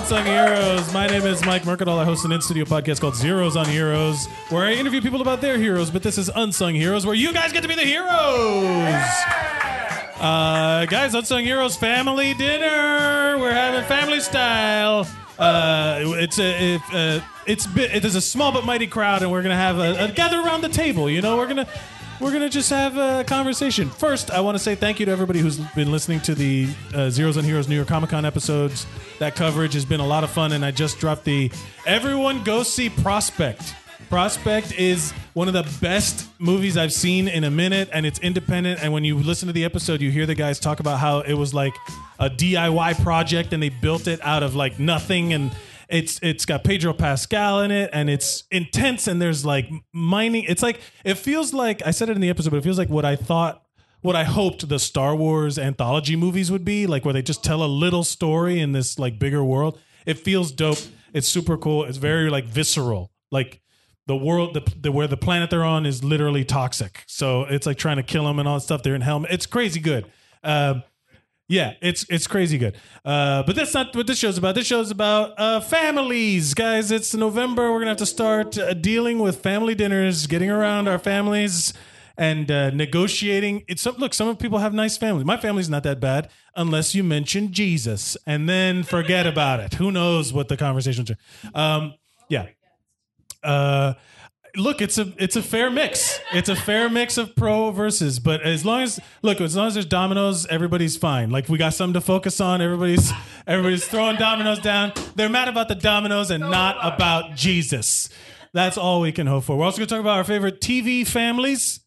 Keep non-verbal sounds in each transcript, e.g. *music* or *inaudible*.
Heroes. My name is Mike Mercadal. I host an in-studio podcast called Zeros on Heroes, where I interview people about their heroes. But this is Unsung Heroes, where you guys get to be the heroes. Uh, guys, Unsung Heroes family dinner. We're having family style. Uh, it's a if, uh, it's bi- it is a small but mighty crowd, and we're gonna have a, a gather around the table. You know, we're gonna we're gonna just have a conversation. First, I want to say thank you to everybody who's been listening to the uh, Zeros and Heroes New York Comic Con episodes. That coverage has been a lot of fun, and I just dropped the everyone go see Prospect. Prospect is one of the best movies I've seen in a minute, and it's independent. And when you listen to the episode, you hear the guys talk about how it was like a DIY project, and they built it out of like nothing. And it's it's got Pedro Pascal in it, and it's intense. And there's like mining. It's like it feels like I said it in the episode, but it feels like what I thought what I hoped the Star Wars anthology movies would be, like where they just tell a little story in this like bigger world. It feels dope. It's super cool. It's very like visceral. Like the world, the, the where the planet they're on is literally toxic. So it's like trying to kill them and all that stuff. They're in helmet. It's crazy good. Um, yeah, it's it's crazy good. Uh, but that's not what this show's about. This show's about uh, families, guys. It's November. We're gonna have to start uh, dealing with family dinners, getting around our families, and uh, negotiating. It's look, some people have nice families. My family's not that bad, unless you mention Jesus, and then forget about it. Who knows what the conversations are? Um, yeah. Uh, look, it's a it's a fair mix. It's a fair mix of pro versus. But as long as look, as long as there's dominoes, everybody's fine. Like we got something to focus on. Everybody's *laughs* everybody's throwing dominoes down. They're mad about the dominoes and not about Jesus. That's all we can hope for. We're also gonna talk about our favorite TV families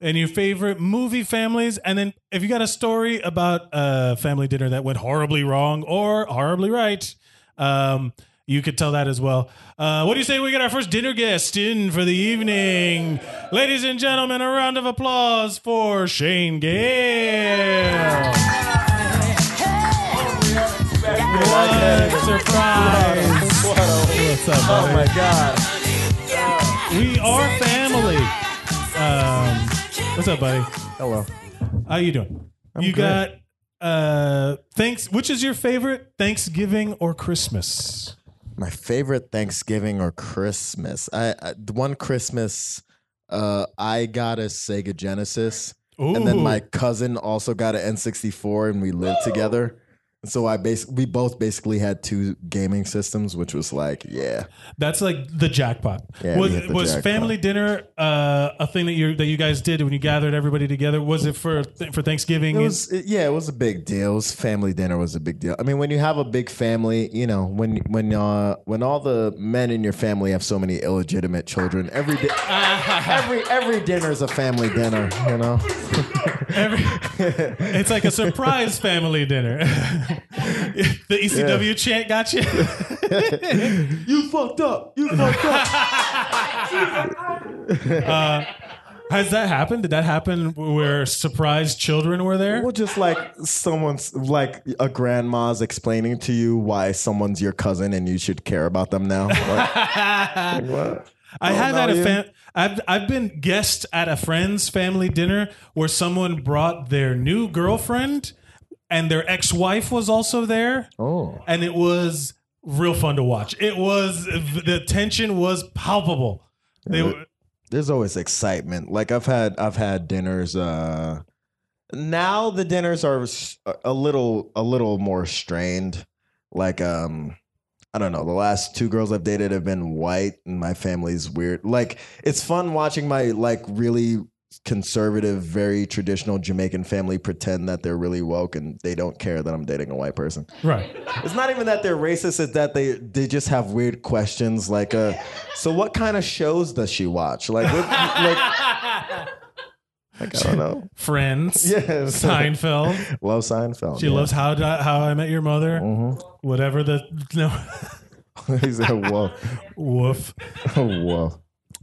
and your favorite movie families. And then if you got a story about a family dinner that went horribly wrong or horribly right, um, you could tell that as well. Uh, what do you say we get our first dinner guest in for the evening? Ladies and gentlemen, a round of applause for Shane Gale. What a surprise. What's up, Oh buddy? my god. We are family. Um, what's up, buddy? Hello. How you doing? you got good. uh thanks which is your favorite Thanksgiving or Christmas? My favorite Thanksgiving or Christmas. I, I the one Christmas uh, I got a Sega Genesis, and Ooh. then my cousin also got an N64, and we lived together. And so I basically we both basically had two gaming systems, which was like, yeah, That's like the jackpot. Yeah, was we hit the was jackpot. family dinner uh, a thing that you that you guys did when you gathered everybody together? Was it for for Thanksgiving? it was it- yeah, it was a big deal. It was family dinner was a big deal. I mean, when you have a big family, you know, when when uh, when all the men in your family have so many illegitimate children, every di- *laughs* every every dinner is a family dinner, you know. Every- it's like a surprise family *laughs* dinner. the E ECW chant got you. *laughs* You fucked up. You *laughs* fucked up. *laughs* Uh, Has that happened? Did that happen where surprised children were there? well, just like someone's like a grandma's explaining to you why someone's your cousin and you should care about them now. Like, *laughs* like, what? I have had no, a Uh, you- fam- I've I've been guest at a friend's family dinner where someone brought their new girlfriend and their ex-wife was also there. Oh. And it was real fun to watch. It was the tension was palpable. They were there's always excitement. Like I've had I've had dinners. Uh, now the dinners are s- a little a little more strained. Like um, I don't know. The last two girls I've dated have been white, and my family's weird. Like it's fun watching my like really conservative, very traditional Jamaican family pretend that they're really woke and they don't care that I'm dating a white person. right. It's not even that they're racist, it's that they they just have weird questions like uh so what kind of shows does she watch? Like what, like, *laughs* like, I don't know. Friends. *laughs* Yes. Seinfeld. *laughs* Love Seinfeld. Mm-hmm. She loves how Di- how I met your mother. Whatever the *laughs* no loves *laughs* He said, Whoa. woof. *laughs* Whoa.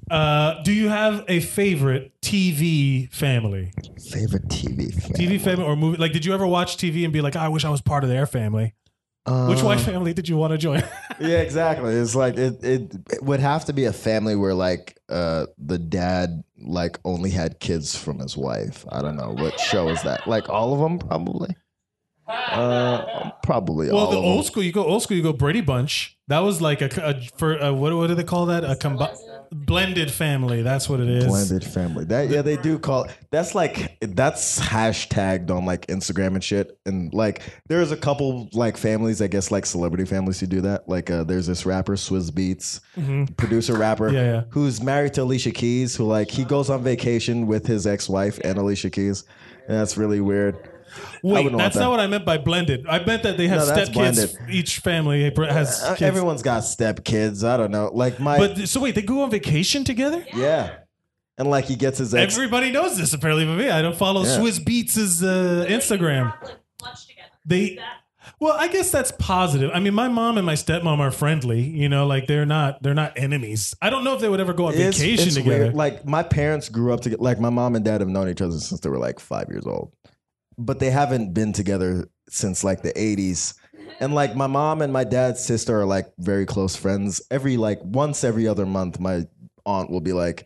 Uh, do you have a favorite TV family? Favorite TV fan. TV family or movie? Like, did you ever watch TV and be like, I wish I was part of their family? Uh, Which white family did you want to join? *laughs* *laughs* Yeah, exactly. It's like it, it it would have to be a family where like uh the dad like only had kids from his wife. I don't know. What show is that? Like all of them probably. Uh, probably Well, all the of 'em. old school, you go old school, you go Brady Bunch. That was like a, a for a, what what do they call that? A combi- blended family. That's what it is. blended family. That yeah, they do call that's like that's hashtagged on like Instagram and shit. And like there's a couple like families, I guess like celebrity families who do that. Like uh, there's this rapper Swizz Beats, Mhm. producer rapper, Yeah, yeah. who's married to Alicia Keys, who like he goes on vacation with his ex-wife and Alicia Keys, and that's really weird. Wait, wouldn't want that's not that. what I meant by blended. I meant that they have No, that's stepkids. blended. Each family has Uh, kids. everyone's got step kids. I don't know. Like my But so wait, they go on vacation together. yeah, and like he gets his ex. Everybody knows this apparently, but me, I don't follow Yeah. Swiss Beats' uh, Instagram. Lunch together. They, well, I guess that's positive. I mean, my mom and my stepmom are friendly. You know, like they're not they're not enemies. I don't know if they would ever go on It's- vacation it's together. weird. Like my parents grew up together. Like my mom and dad have known each other since they were like five years old, but they haven't been together since like the eighties. And like my mom and my dad's sister are like very close friends. Every like once every other month, my aunt will be like,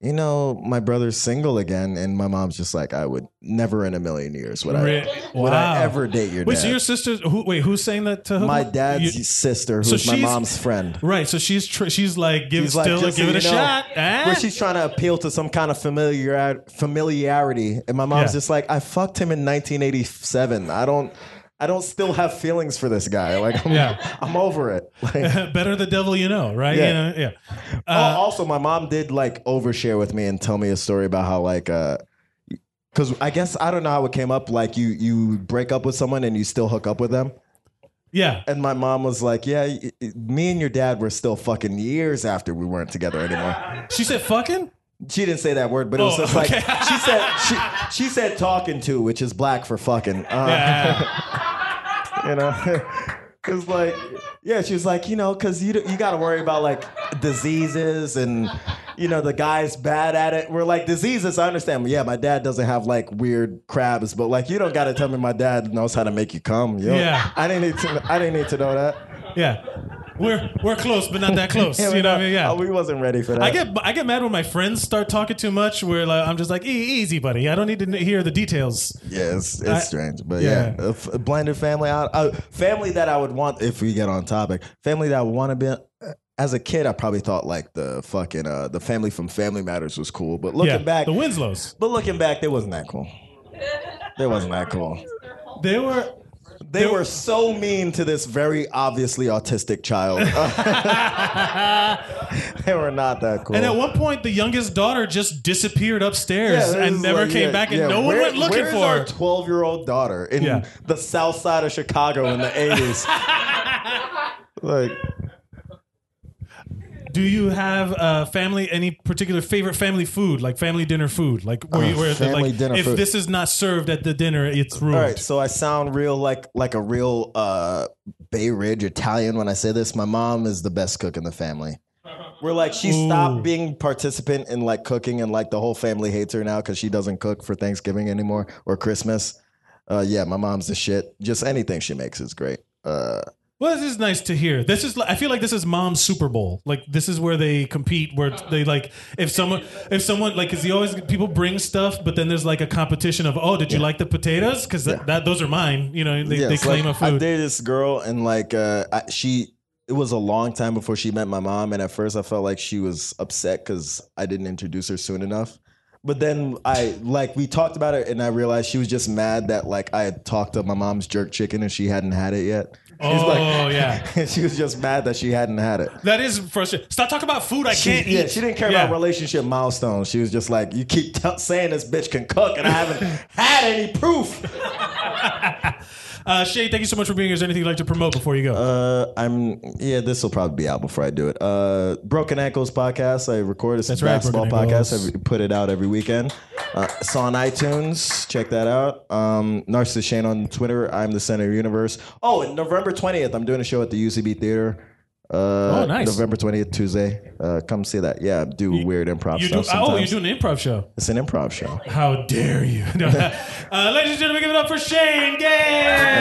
you know, my brother's single again, and my mom's just like, I would never in a million years would I Re- would I wow. ever date your Wait, dad. so your sister's who? Wait, who's saying that to who? my dad's You- sister, So who's my she's- mom's friend. right, so she's tr- she's like give She's like, still just so give it a you know, shot. Ah? where she's trying to appeal to some kind of familiar familiarity, and my mom's Yeah. just like, "I fucked him in 1987. I don't, I don't still have feelings for this guy. Like, I'm, Yeah. *laughs* I'm over it." Like, *laughs* Better the devil you know, right? Yeah. You know, yeah. al- Oh, Uh, also, my mom did like overshare with me and tell me a story about how like, because I guess I don't know how it came up. Like, you you break up with someone and you still hook up with them. Yeah. And my mom was like, "Yeah, y- y- me and your dad were still fucking years after we weren't together anymore." She said fucking? She didn't say that word, but it was Oh, just okay. *laughs* like she said. She, she said talking to, which is black for fucking. Uh, Yeah. *laughs* You know, it's like yeah. She was like, you know, because you d- you got to worry about like diseases and you know the guy's bad at it. We're like diseases. I understand. Yeah, my dad doesn't have like weird crabs, but like you don't got to tell me my dad knows how to make you come. You know? Yeah. I didn't need to. I didn't need to know that. yeah. We're we're close, but not that *laughs* close. Yeah, you know what I mean? Yeah. uh, we wasn't ready for that. I get I get mad when my friends start talking too much. Where like, I'm just like, "E- easy, buddy. I don't need to kn- hear the details. Yeah, it's, it's I- strange, but yeah. yeah, A, f- a blended family. I, I, family that I would want if we get on topic. Family that I would want to be. uh, As a kid, I probably thought like the fucking uh, the family from Family Matters was cool, but looking yeah, back, the Winslows. but looking back, they wasn't that cool. They wasn't that cool. They were They were so mean to this very obviously autistic child. *laughs* *laughs* they were not that cool. And at one point, the youngest daughter just disappeared upstairs this and is never like, came yeah, back, and yeah, no one where- went looking where's for our her. 12 year old daughter in Yeah. the south side of Chicago in the *laughs* 80s. like, Do you have uh, family any particular favorite family food, like family dinner food, like where, Uh, you, where family like, dinner if food. this is not served at the dinner, it's ruined. all right, so I sound real like like a real uh, Bay Ridge Italian when I say this. My mom is the best cook in the family. We're like she Ooh. stopped being participant in like cooking, and like the whole family hates her now because she doesn't cook for Thanksgiving anymore or Christmas. Uh, yeah, my mom's the shit. Just anything she makes is great. Uh, Well, this is nice to hear. This is I feel like this is mom's Super Bowl. Like this is where they compete, where they like if someone if someone like because you always people bring stuff, but then there's like a competition of oh, did you like the potatoes? Because that, that those are mine. You know, they, Yeah, they it's claim like, a I food. dated this girl, and like uh, I, she, it was a long time before she met my mom, and at first I felt like she was upset because I didn't introduce her soon enough. But then I like we talked about it, and I realized she was just mad that like I had talked up my mom's jerk chicken and she hadn't had it yet. She's Oh like- yeah, *laughs* she was just mad that she hadn't had it. that is frustrating. Stop talking about food I She, can't yeah, eat. she didn't care Yeah. about relationship milestones. She was just like, "You keep t- saying this bitch can cook, and I haven't had any proof." Uh, Shay, thank you so much for being here. Is there anything you'd like to promote before you go? Uh, I'm yeah. This will probably be out before I do it. Uh, Broken Ankles podcast. I record a right, basketball Broken podcast. Ankles. I put it out every weekend. Uh, it's on iTunes. Check that out. Um, Narcissist Shane on Twitter. I'm the center of the universe. Oh, and November 20th, I'm doing a show at the UCB Theater. Uh, Oh, nice. November 20th, Tuesday. Uh, come see that. Yeah, I do weird improv you do, stuff. oh, you're sometimes. doing an improv show. It's an improv show. How dare you? *laughs* No. uh, ladies and gentlemen, give it up for Shane Gale.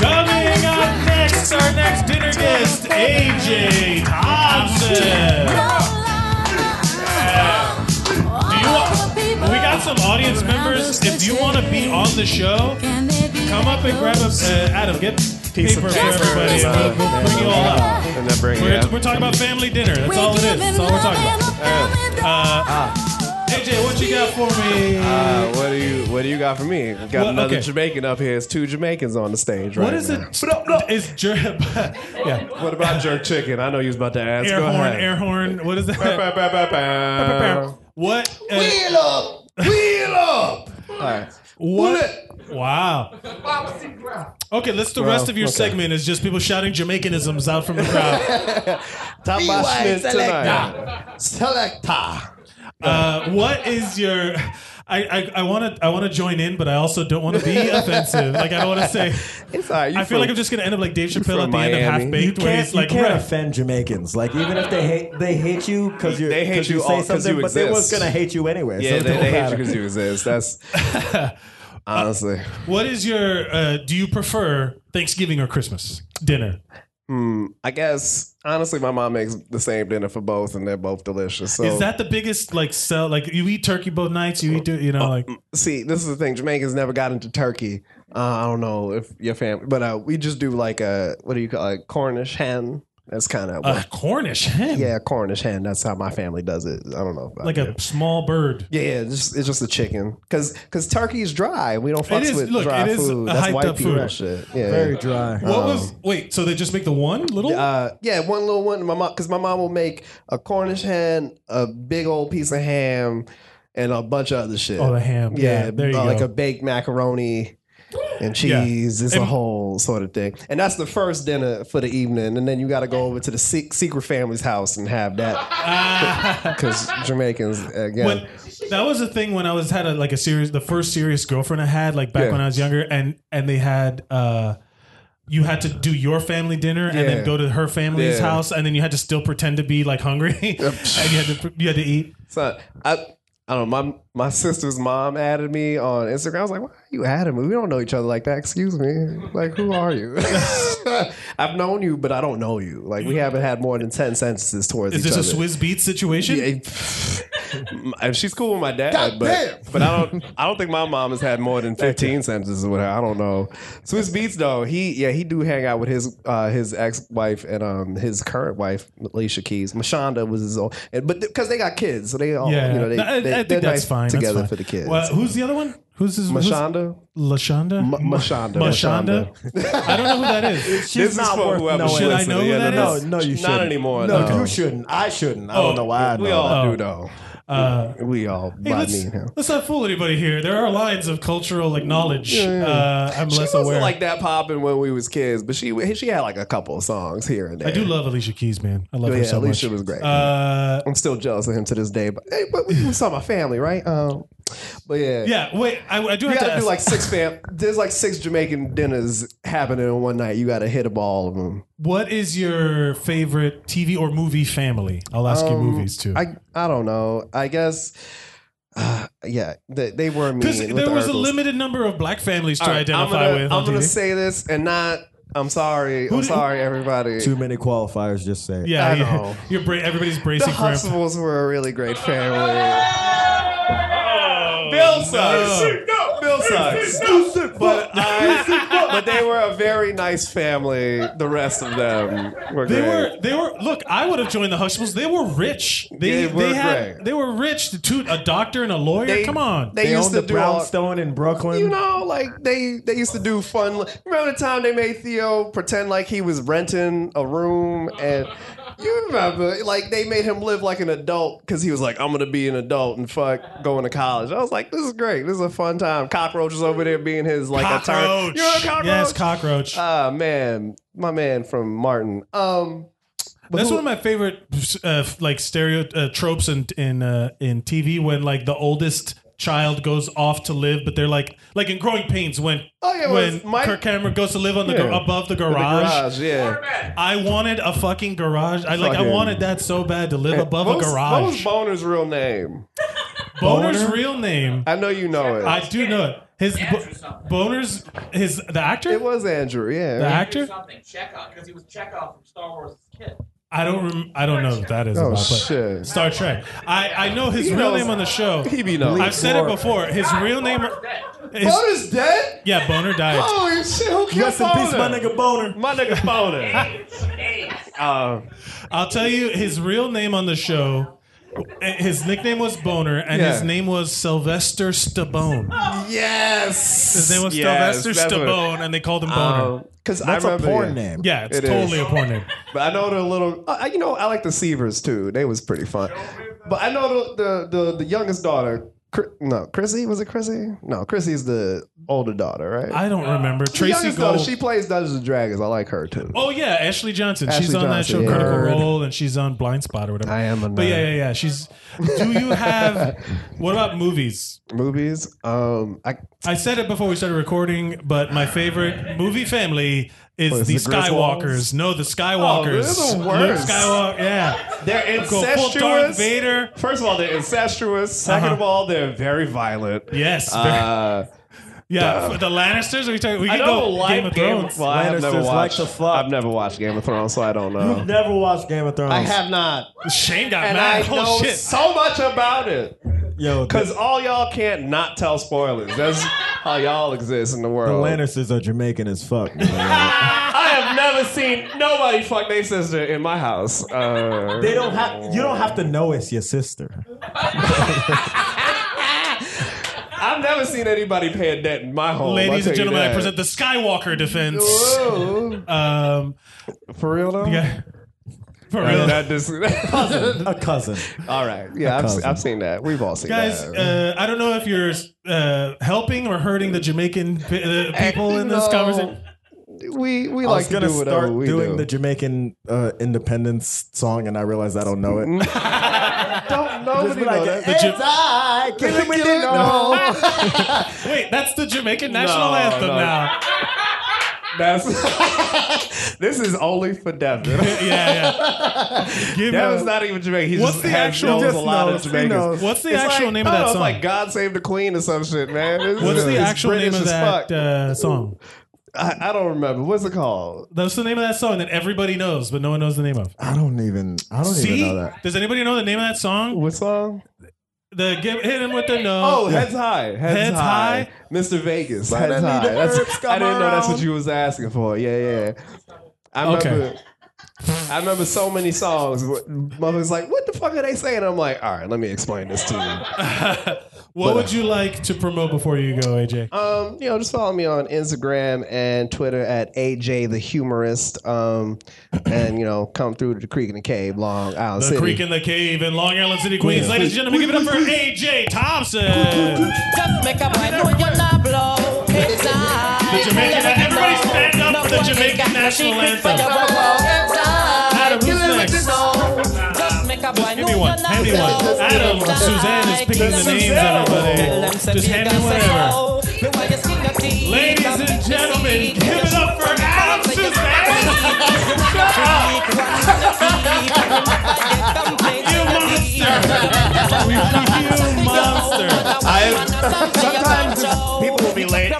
Coming up next, our next dinner guest, AJ Thompson. Do you want- we got some some audience members, if you want to be on the show, come up and grab a. Uh, Adam, get Piece of paper for paper everybody. and, uh, and We'll we'll bring you all up. And then bring We're, it up. we're talking about family dinner. That's all it is. That's all we're talking about. Uh, AJ, what you got for me? Ah. Uh, what do you What do you got for me? Got Well, another okay. Jamaican up here. It's two Jamaicans on the stage right what is now. it? Is jer- yeah. What about jerk chicken? I know you was about to ask. Air Go horn, ahead. air horn. What is Bow, that? bow, bow, bow. What? uh, Wheel up! Wheel up! All right. what? Wow. Okay, let's. The rest of your okay. segment is just people shouting Jamaicanisms out from the *laughs* crowd. Top my shit tonight. Selecta. Uh, what is your? I I want to I want to join in, but I also don't want to *laughs* be offensive. Like I don't want to say. It's all right. You I feel from- like I'm just gonna end up like Dave Chappelle at the from end of Miami. Half Baked, where can't, he's like, you can't "Right." offend Jamaicans. Like even if they hate they hate you because you They hate you all say 'cause something, you but they was exist. gonna hate you anyway. so Yeah, it they, don't they hate you matter. because you exist. That's *laughs* honestly. What is your? Uh, do you prefer Thanksgiving or Christmas dinner? Hmm, I guess honestly, my mom makes the same dinner for both, and they're both delicious. So Is that the biggest like sell? Like you eat turkey both nights. You eat, you know, like Uh, see, this is the thing. Jamaicans never got into turkey. Uh, I don't know if your family, but uh, we just do like a what do you call it? Cornish hen. That's kind of a Cornish hen, yeah, Cornish hen. That's how my family does it. I don't know. About like a small bird. yeah, yeah, just it's just a chicken because because turkey is dry. We don't fucks is- with look, dry it is food. a That's hyped white up people food. and shit. Yeah, Very dry. What was? Wait, so they just make the one little? Uh, yeah, one little one. My mom, because my mom will make a Cornish hen, a big old piece of ham, and a bunch of other shit. Oh, the ham. Yeah, there you uh, go. like a baked macaroni and cheese. It's a And- whole sort of thing, and that's the first dinner for the evening. And then you got to go over to the se- secret family's house and have that *laughs* Ah. because Jamaicans again. When- that was the thing when I was had a, like a serious, the first serious girlfriend I had, like back Yeah. when I was younger, and and they had. uh you had to do your family dinner and Yeah. then go to her family's Yeah. house, and then you had to still pretend to be like *laughs* hungry, *laughs* and you had to you had to eat. So I, I don't know. My my sister's mom added me on Instagram. I was like, "Why are you *laughs* adding me? We don't know each other like that." Excuse me. Like, who are you? I've known you, but I don't know you. Like, we haven't had more than ten sentences towards Is each this a other. Swizz Beats situation? Yeah, she's cool with my dad, but but I don't I don't think my mom has had more than fifteen sentences with her. I don't know. Swiss Beats though, he yeah he do hang out with his uh, his ex wife and um his current wife Alicia Keys. Mashonda was his old, and, but because they got kids, so they all Yeah, you know they, I- I, they think they're that's nice fine. that's together fine. for the kids. Well, who's the other one? Who's his? who's- Mashonda, Lashonda. Ma- Mashonda, Mashonda. I don't know who that *laughs* is. She's not worth knowing. Should I know who that No, is? no, you shouldn't. Not anymore. No, though. you shouldn't. I shouldn't. I don't know why. I We know Oh. all that. do though. Uh, We all hey, by let's, me now. let's not fool anybody here. There are lines of cultural like knowledge. Uh, I'm She less wasn't aware. like that popping when we was kids, but she she had like a couple of songs here and there. I do love Alicia Keys, man. I love Oh, Yeah, her so Alicia much. was great. Uh, I'm still jealous of him to this day. But hey, but we we saw my family, right? Um, but yeah, yeah, wait. I, I do You have to gotta ask. do like six fam. There's like six Jamaican dinners happening in one night. You gotta hit up all of them. what is your favorite TV or movie family? I'll ask you movies too. Um, I I don't know. I guess. Uh, yeah, they, they were mean. Because with there the was a Urkels. limited number of black families to All right, identify I'm gonna, with I'm on gonna TV. say this and not. I'm sorry. I'm did- sorry, everybody. Too many qualifiers. Just say. it. yeah, I yeah. know. *laughs* You're bra- everybody's the bracing for him. Huxtables were a really great family. Uh, Bill sucks. Bill sucks. But, *laughs* I, but they were a very nice family. The rest of them were They great. were, they were. Look, I would have joined the Huxtables. They were rich. They, They were they had, great. they were rich. The two, a doctor and a lawyer. They- Come on. They, They, used own to the do all- brownstone in Brooklyn. you know, like they they used to do fun. Remember the time they made Theo pretend like he was renting a room, and you remember, like they made him live like an adult because he was like, "I'm gonna be an adult and fuck going to college." I was like, "This is great. This is a fun time." Cockroaches over there being his like attorney. cockroach. You're a cockroach. Yes, cockroach. Ah man, my man from Martin. Um, but That's who- one of my favorite uh, f- like stereo uh, tropes in in uh, in TV when like the oldest child goes off to live, but they're like like in Growing Pains when Oh, yeah, when when Mike- Kirk Cameron goes to live on the gar- Yeah. above the the garage. garage, yeah. I wanted a fucking garage. I like I Fucking- wanted that so bad to live above what a was, What was garage. Boner's real name? Boner's Boner? real name. I know you know it. I do know it. His Andrew bo- something. Boner's his the actor. it was Andrew, yeah. The Andrew actor. something Chekhov because he was Chekhov from Star Wars as a kid. I don't. Rem- I don't know what that is. Oh, about, but shit. Star Trek. I, I know his He real knows. name on the show. He be known. I've said it before. His real name. His, Bone is dead? yeah, Boner died. Holy shit, who killed Rest in peace, my Boner? nigga Boner. My nigga Boner. Uh, I'll tell you his real name on the show. His nickname was Boner, and his Yeah. name was Sylvester Stabone. yes. His name was Yes, Sylvester that's what- Stabone, and they called him Boner. Because Oh, I That's a remember porn yeah. name. yeah, it's it is. totally a porn name. *laughs* But I know the little, uh, you know, I like the Seavers too. They was pretty fun. But I know the the the, the youngest daughter. Cri- No, Chrissy was it Chrissy? No, Chrissy's the older daughter, right? I don't remember. the Tracy youngest daughter. Gold. She plays Dungeons and Dragons. I like her too. Oh yeah, Ashley Johnson. she's Ashley on that show Johnson, yeah. Critical Nerd. Role, and she's on Blind Spot or whatever. I am a But yeah, nerd. yeah, yeah. She's. Do you have? what about movies? Movies. Um, I I said it before we started recording, but my favorite movie family is is the it, Griswolds? Skywalkers. No, the Skywalkers. Oh, they're the worst. Luke Skywalker. Yeah. they're Go full Darth incestuous. Vader. First of all, they're incestuous. 2nd of Uh-huh. all, they're very violent. Yes. Uh, *laughs* yeah. The Lannisters. Are we *laughs* talking? We I can don't go like Game of Thrones. Well, I've never Lannisters like watched. to fuck. I've never watched Game of Thrones, so I don't *laughs* know. You've *laughs* never watched Game of Thrones. I have not. Shane got and mad. I oh know shit. so much about it. Yo, Cause the, all y'all can't not tell spoilers. That's how y'all exist in the the world. Lannisters are Jamaican as fuck. *laughs* man. I have never seen nobody fuck their sister in my house. Uh, they don't have. You don't have to know it's your sister. *laughs* I've never seen anybody pay a debt in my home. Ladies and gentlemen, I *laughs* present the Skywalker defense. the. Um, For real though. yeah. For I real. mean, that just- *laughs* A cousin. all right. Yeah, I've, cousin. I've seen that. We've all seen Guys, that. uh, I don't know if you're uh, helping or hurting the Jamaican p- uh, people in this No. conversation. we we I like was to gonna do whatever start we doing do. the Jamaican uh, independence song, and I realized I don't know it. *laughs* don't nobody be like, know that. The Jam- I Kill it, no. Wait, that's the Jamaican national No, anthem *laughs* no. now. That's *laughs* this is only for Devin. Yeah, *laughs* yeah. Give That me- was not even Jamaican. He What's just the has- actual- knows Just a lot knows. of He Jamaicans. knows. what's the It's actual like- name of I that don't know, song? It's like God Save the Queen or some shit, man. It's- What's the it's actual British name of as that fuck. uh, song? I, I don't remember. What's it called? That's the name of that song that everybody knows, but no one knows the name of. I don't even. I don't See, even know that. does anybody know the name of that song? What song? The give, hit him with the no. Oh, Heads High. Heads, Heads high. High. Mr. Vegas. Right, I Heads need High. the That's- herbs come I didn't know that's what around. you was asking for. Yeah, yeah. I Okay. remember. I remember so many songs. Mother's like, "What the fuck are they saying?" I'm like, "All right, let me explain this to *laughs* you." uh, what would you like to promote before you go, AJ? Um, you know, just follow me on Instagram and Twitter at AJ the Humorist. Um, and you know, come through to the Creek in the Cave, Long Island the City. Creek in the Cave in Long Island City, Queens. Ladies and gentlemen, give it up for AJ Thompson. Just make a point when you're not blow inside. The Jamaican- everybody stand up for the Jamaican national anthem. Adam, Adam, who's next? Just make a point Give me one. Hand me one. Adam, Suzanne is picking the names, everybody. Just hand me whatever. Ladies and gentlemen, give it up for Adam Suzanne. *laughs* You monster. You monster. sometimes people will be late. Uh,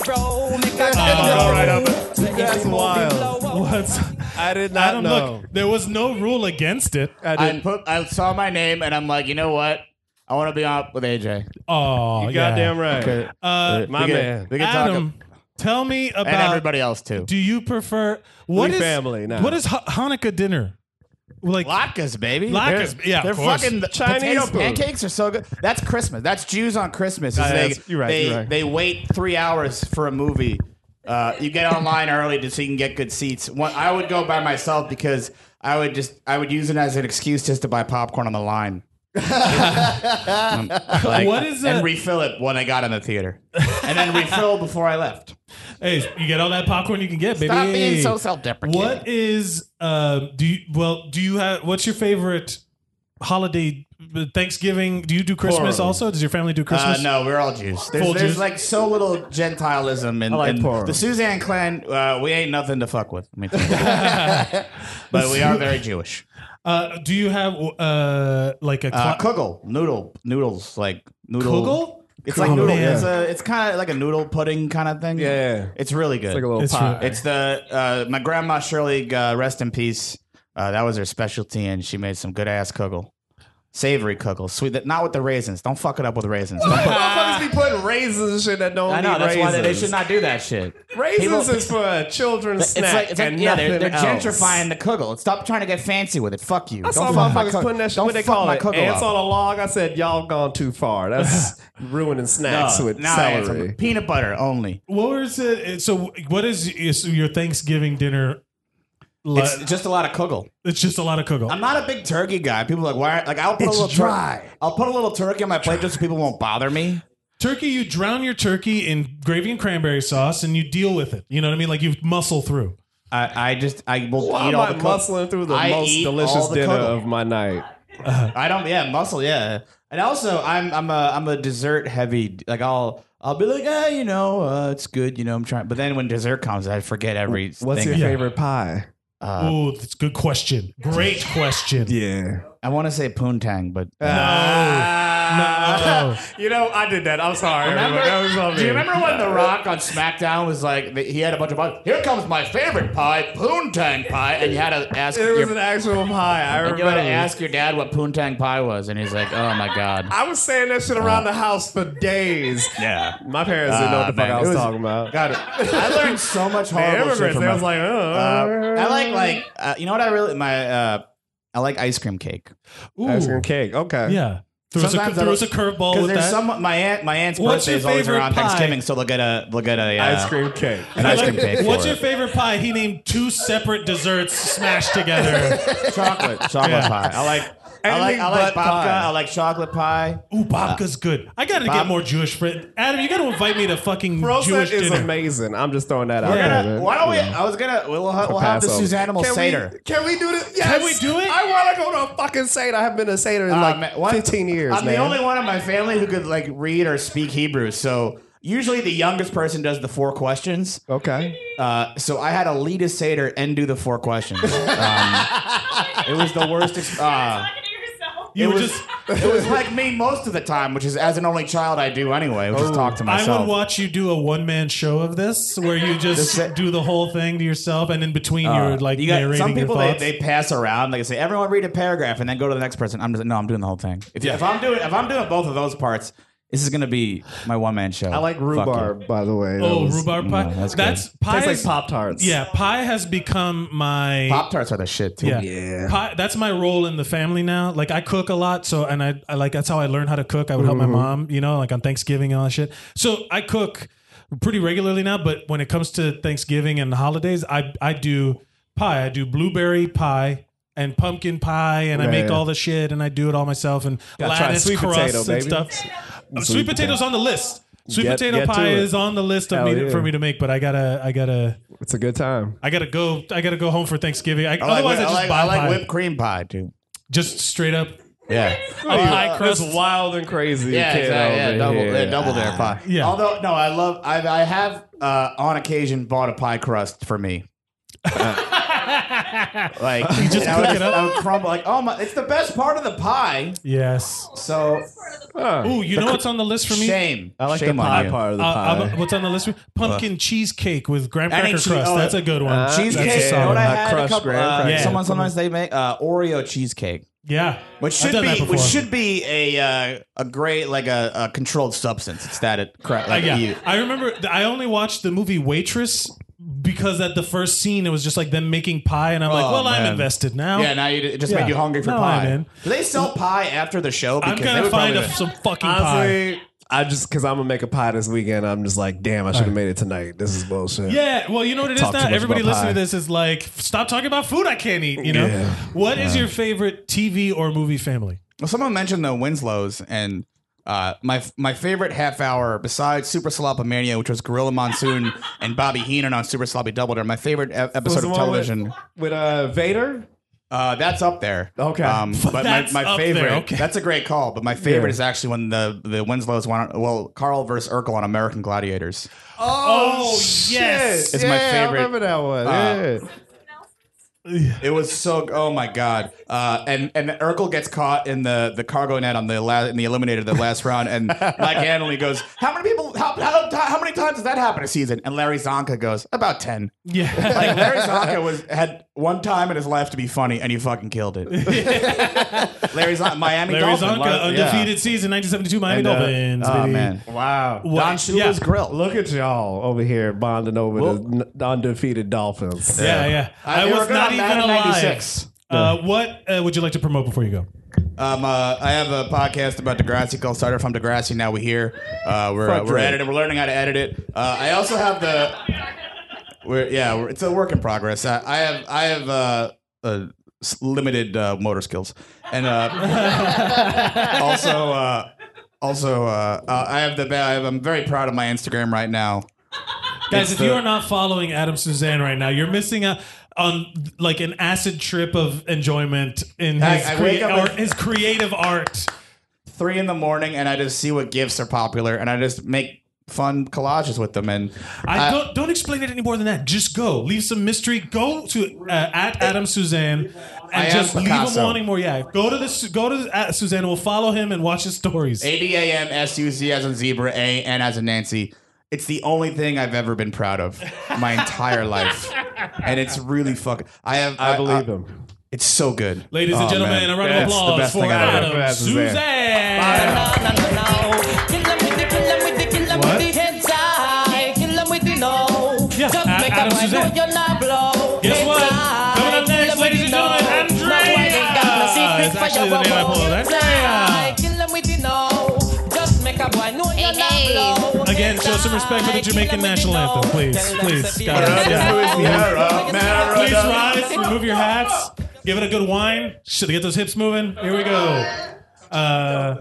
That's wild. What's I did not Adam? know. Look, there was no rule against it. I I did. put I saw my name and I'm like, you know what? I want to be on with AJ. Oh, Goddamn right. Uh, we My can, man. we can talk Adam, ab- tell me and about. everybody else too. Do you prefer what We is family now. what is Ha- Hanukkah dinner? Like Latkes, baby. Latkes, They're- yeah, of They're course. fucking the Chinese potato food. pancakes are so good. That's Christmas. That's Jews on Christmas. is Yeah, they, that's- you're right, They, you're right. they wait three hours for a movie. Uh, you get online early just so you can get good seats. One, I would go by myself because I would just I would use it as an excuse just to buy popcorn on the line. *laughs* Um, *laughs* like, What is and that- refill it when I got in the theater, and then refill before I left. hey, you get all that popcorn you can get, baby. Stop being so self-deprecating. What is um? Do you well? Do you have what's your favorite holiday? Thanksgiving? Do you do Christmas Purim. also? Does your family do Uh, Christmas? no, we're all Jews. There's, Full there's Jews. like so little Gentilism and, like and Purim. the Suzanne clan. Uh, we ain't nothing to fuck with. I mean, but we are very Jewish. Uh, do you have uh like a Uh, clock? kugel, noodle, noodles, like noodle. Kugel? It's like noodle. man. It's a. It's kind of like a noodle pudding kind of thing. Yeah. It's really good. It's, Like a little It's pot. true. the uh, my grandma Shirley. Uh, rest in peace. Uh, that was her specialty, and she made some good ass kugel. Savory kugel, sweet. that- Not with the raisins. Don't fuck it up with raisins. Don't put- Motherfuckers be putting raisins and shit that don't I know need that's why raisins. they- they should not do that shit. Raisins People- is for a children's It's snack like, it's like and yeah, they're, they're nothing else. gentrifying the kugel. Stop trying to get fancy with it. Fuck you. I saw fuck my motherfuckers kug- putting that shit. don't What they fuck call my it? kugel Ants up. on a log. I said y'all gone too *laughs* far. That's ruining snacks with it's celery. peanut butter only. What was it? Eh, So, what is, is your Thanksgiving dinner? li- It's just a lot of kugel. it's just a lot of kugel. I'm not a big turkey guy. People are like why? Like I'll put It's a little dry. Tur- I'll put a little turkey on my plate just so people won't bother me. turkey, you drown your turkey in gravy and cranberry sauce, and you deal with it. You know what I mean? Like you muscle through. I, I just I will Why eat am all I the kugel. muscling through the I most eat delicious all the dinner kugel. of my night? *laughs* I don't. Yeah, muscle. Yeah, and also I'm I'm a I'm a dessert heavy. Like I'll I'll be like, ah, you know, uh, it's good. You know, I'm trying. But then when dessert comes, I forget every. Uh, What's your Yeah. favorite pie? oh, that's a good question. Great question. Yeah. I want to say poontang, but Ah, *laughs* No. You know, I did that. I'm sorry. Remember- everyone. That was on do you me. remember when The Rock on SmackDown was like he had a bunch of here comes my favorite pie, poontang pie, and you had to ask It was your, an actual pie. *laughs* I and remember. you had to ask your dad what poontang pie was, and he's like, oh my god, I was saying that shit Uh. around the house for days. yeah. Uh, My parents didn't know what the man, fuck I was, it was- talking about. God, *laughs* *laughs* I learned so much the horrible shit immigrants, from they my- was like, oh. Uh, I like like uh, you know what I really my uh, I like ice cream cake. ice Ooh. cream cake. Okay. Yeah. Throw us a, Sometimes throw I us a curveball Because with there's that. some my aunt my aunt's What's birthday your is always favorite around pie? Thanksgiving, so they'll get a they'll get a uh, Ice cream cake. an ice cream cake. What's for your it. favorite pie? He named two separate desserts smashed together. *laughs* chocolate chocolate Yeah. pie? I like. I like Anything I like babka. but pie. I like chocolate pie. Ooh, babka's good. I got to get Bob- more Jewish friend. Adam, you got to invite me to fucking Rosa Jewish is dinner. amazing. I'm just throwing that out We're there. gonna- man. Why don't we? I was gonna. We'll, ha- we'll have the Passover. Susanimal Can Seder. We, can we do this? Yes. we do it? I want to go to a fucking Seder. I haven't been to Seder in Uh, like man, what- 15 years, I'm man. the only one in my family who could like read or speak Hebrew. So usually the youngest person does the four questions. okay. Uh, so I had to lead a seder and do the four *laughs* questions. Um, it was the worst. Ex- uh, You it were was just. it was like me most of the time, which is as an only child I do anyway, which is Oh. talk to Oh, I would myself. watch you do a one man show of this where *laughs* you just This- do the whole thing to yourself and in between you're like Uh, You got- narrating some people your they, thoughts. they pass around like I say everyone read a paragraph and then go to the next person. I'm just like, no, I'm doing the whole thing. If, if I'm doing if I'm doing both of those parts, this is gonna be my one man show. I like rhubarb, by the way. That oh, was- rhubarb pie? no, that's that's pie. Tastes like is- Pop Tarts. Yeah, pie has become my. Pop tarts are the shit too. Yeah. Yeah. Pie, that's my role in the family now. Like I cook a lot, so and I, I like that's how I learned how to cook. I would Mm-hmm. help my mom, you know, like on Thanksgiving and all that shit. So I cook pretty regularly now, but when it comes to Thanksgiving and the holidays, I I do pie. I do blueberry pie and pumpkin pie and I Yeah, make yeah. all the shit and I do it all myself and Gotta try lattice sweet crust potato, and baby. stuff. Uh, Sweet, Sweet potatoes on the list. Sweet Get- potato get to pie it. is on the list of Hell me to- yeah. for me to make, but I gotta I gotta It's a good time. I gotta go I gotta go home for Thanksgiving. I, I like, otherwise I, I just like, buy I like pie. whipped cream pie too. just straight up Yeah. pie crust. That's wild and crazy. Yeah, kid exactly. over Yeah, double, here. yeah, double their pie. Yeah. Although, no, I love. I, I have uh, on occasion bought a pie crust for *laughs* me. Uh, like you just I would, cook it just- up? I would crumble. Like, oh my! It's the best part of the pie. Yes. So Ooh, you know what's on the list for me? shame. I like shame the on pie you. part of Uh, the pie. uh, what's on the list? For me? Pumpkin cheesecake with graham I cracker think crust. she- oh, That's a good one. uh, Cheesecake. That's a You know solid what I one. Hot had a crust, couple. graham Uh, cracker. Someone sometimes they make uh, Oreo cheesecake, Yeah. which I've should done that be before. which should be a uh, a great like a, a controlled substance. It's that it cra- Uh, like yeah. you. I remember. th- I only watched the movie Waitress because at the first scene it was just like them making pie, and I'm like, Oh, well, I'm man. invested now. Yeah, now you, it just Yeah. made you hungry for No, pie. I'm in. Do they sell pie after the show? I'm they gonna would find probably- a, some fucking pie. Honestly, I just because I'm gonna make a pie this weekend. I'm just like, damn, I should have made it tonight. This is bullshit. Yeah, well, you know what it is Talk too now. much Everybody about listening pie. to this is like, stop talking about food I can't eat. You know, What Yeah. is your favorite TV or movie family? Well, someone mentioned the Winslows, and uh, my my favorite half hour besides Super Slopomania, which was Gorilla Monsoon *laughs* and Bobby Heenan on Super Sloppy Double Dare. My favorite e- Was episode the of one television. with, with uh, Vader. Uh, that's up there. Um, Okay. *laughs* but That's my, my up favorite. there, okay. That's a great call. But my favorite is actually when the the Winslows won. Well, Carl versus Urkel on American Gladiators. Oh, yes. Shit. It's my Yeah, I favorite. remember that one. Uh, yeah. It was so. Oh my god! Uh, and and Urkel gets caught in the, the cargo net on the la- in the eliminator the last round, and *laughs* Mike Hanley goes, "How many people? How, how, how many times does that happen a season?" And Larry Zonka goes, "About 10. Yeah. *laughs* Like Larry Zonka was had one time in his life to be funny, and he fucking killed *laughs* it. Larry Zonka, Miami Larry Dolphin, Zonka, like, yeah. undefeated season, 1972 Miami And, uh, Dolphins. oh baby. man, Wow. What? Don Shula's yeah. grill. Look at y'all over here bonding over the n- undefeated Dolphins. Yeah, yeah. I they were was good not on even Madden alive. 96. Uh, what uh, would you like to promote before you go? Um, uh, I have a podcast about Degrassi called Starter from Degrassi. Now we hear uh, we're uh, we're editing. We're learning how to edit it. Uh, I also have the we're, yeah, we're, it's a work in progress. I, I have I have uh, uh, s- limited uh, motor skills, and uh, *laughs* also uh, also uh, uh, I have the ba- I have, I'm very proud of my Instagram right now. Guys, It's if the- you are not following Adam Suzanne right now, you're missing out on like an acid trip of enjoyment in I- his, I crea- wake up or and- his creative art. Three in the morning, and I just see what gifts are popular, and I just make fun collages with them, and I don't don't explain it any more than that. Just go, leave some mystery. Go to uh, at Adam Suzanne I and am just leave him Picasso. wanting more. Yeah, go to the Su- go to the, at Suzanne. We'll follow him and watch his stories. A D A M S U Z as in zebra, A N as in Nancy. It's the only thing I've ever been proud of my entire life, and it's really fucking. I have. I believe I- him. It's so good, Ladies and Oh, gentlemen, man. a round of That's the applause best for thing I've ever- Adam That's Suzanne. Suzanne. No, no, no, no. Kill 'em with the, kill 'em with the, kill 'em with the heads high. Kill 'em with the no. Yeah, Just A- make Adam a point, Suzanne. no, you're not blow. Guess Heads what? high. Coming up Kill 'em next, with ladies the and no. gentlemen, Andrea. Nobody got the secret It's actually the firework. name I pulled. Heads Andrea. high. Kill 'em with the no. Just make a point, no, you're not hey. blow. Again, Heads show some respect for the high. Kill 'em Jamaican with the national no. anthem, please, Tell 'em please, it's a guys. feeling. Yeah. Please Please rise, remove your hats, give it a good whine. Should get those hips moving. Here we go. Uh,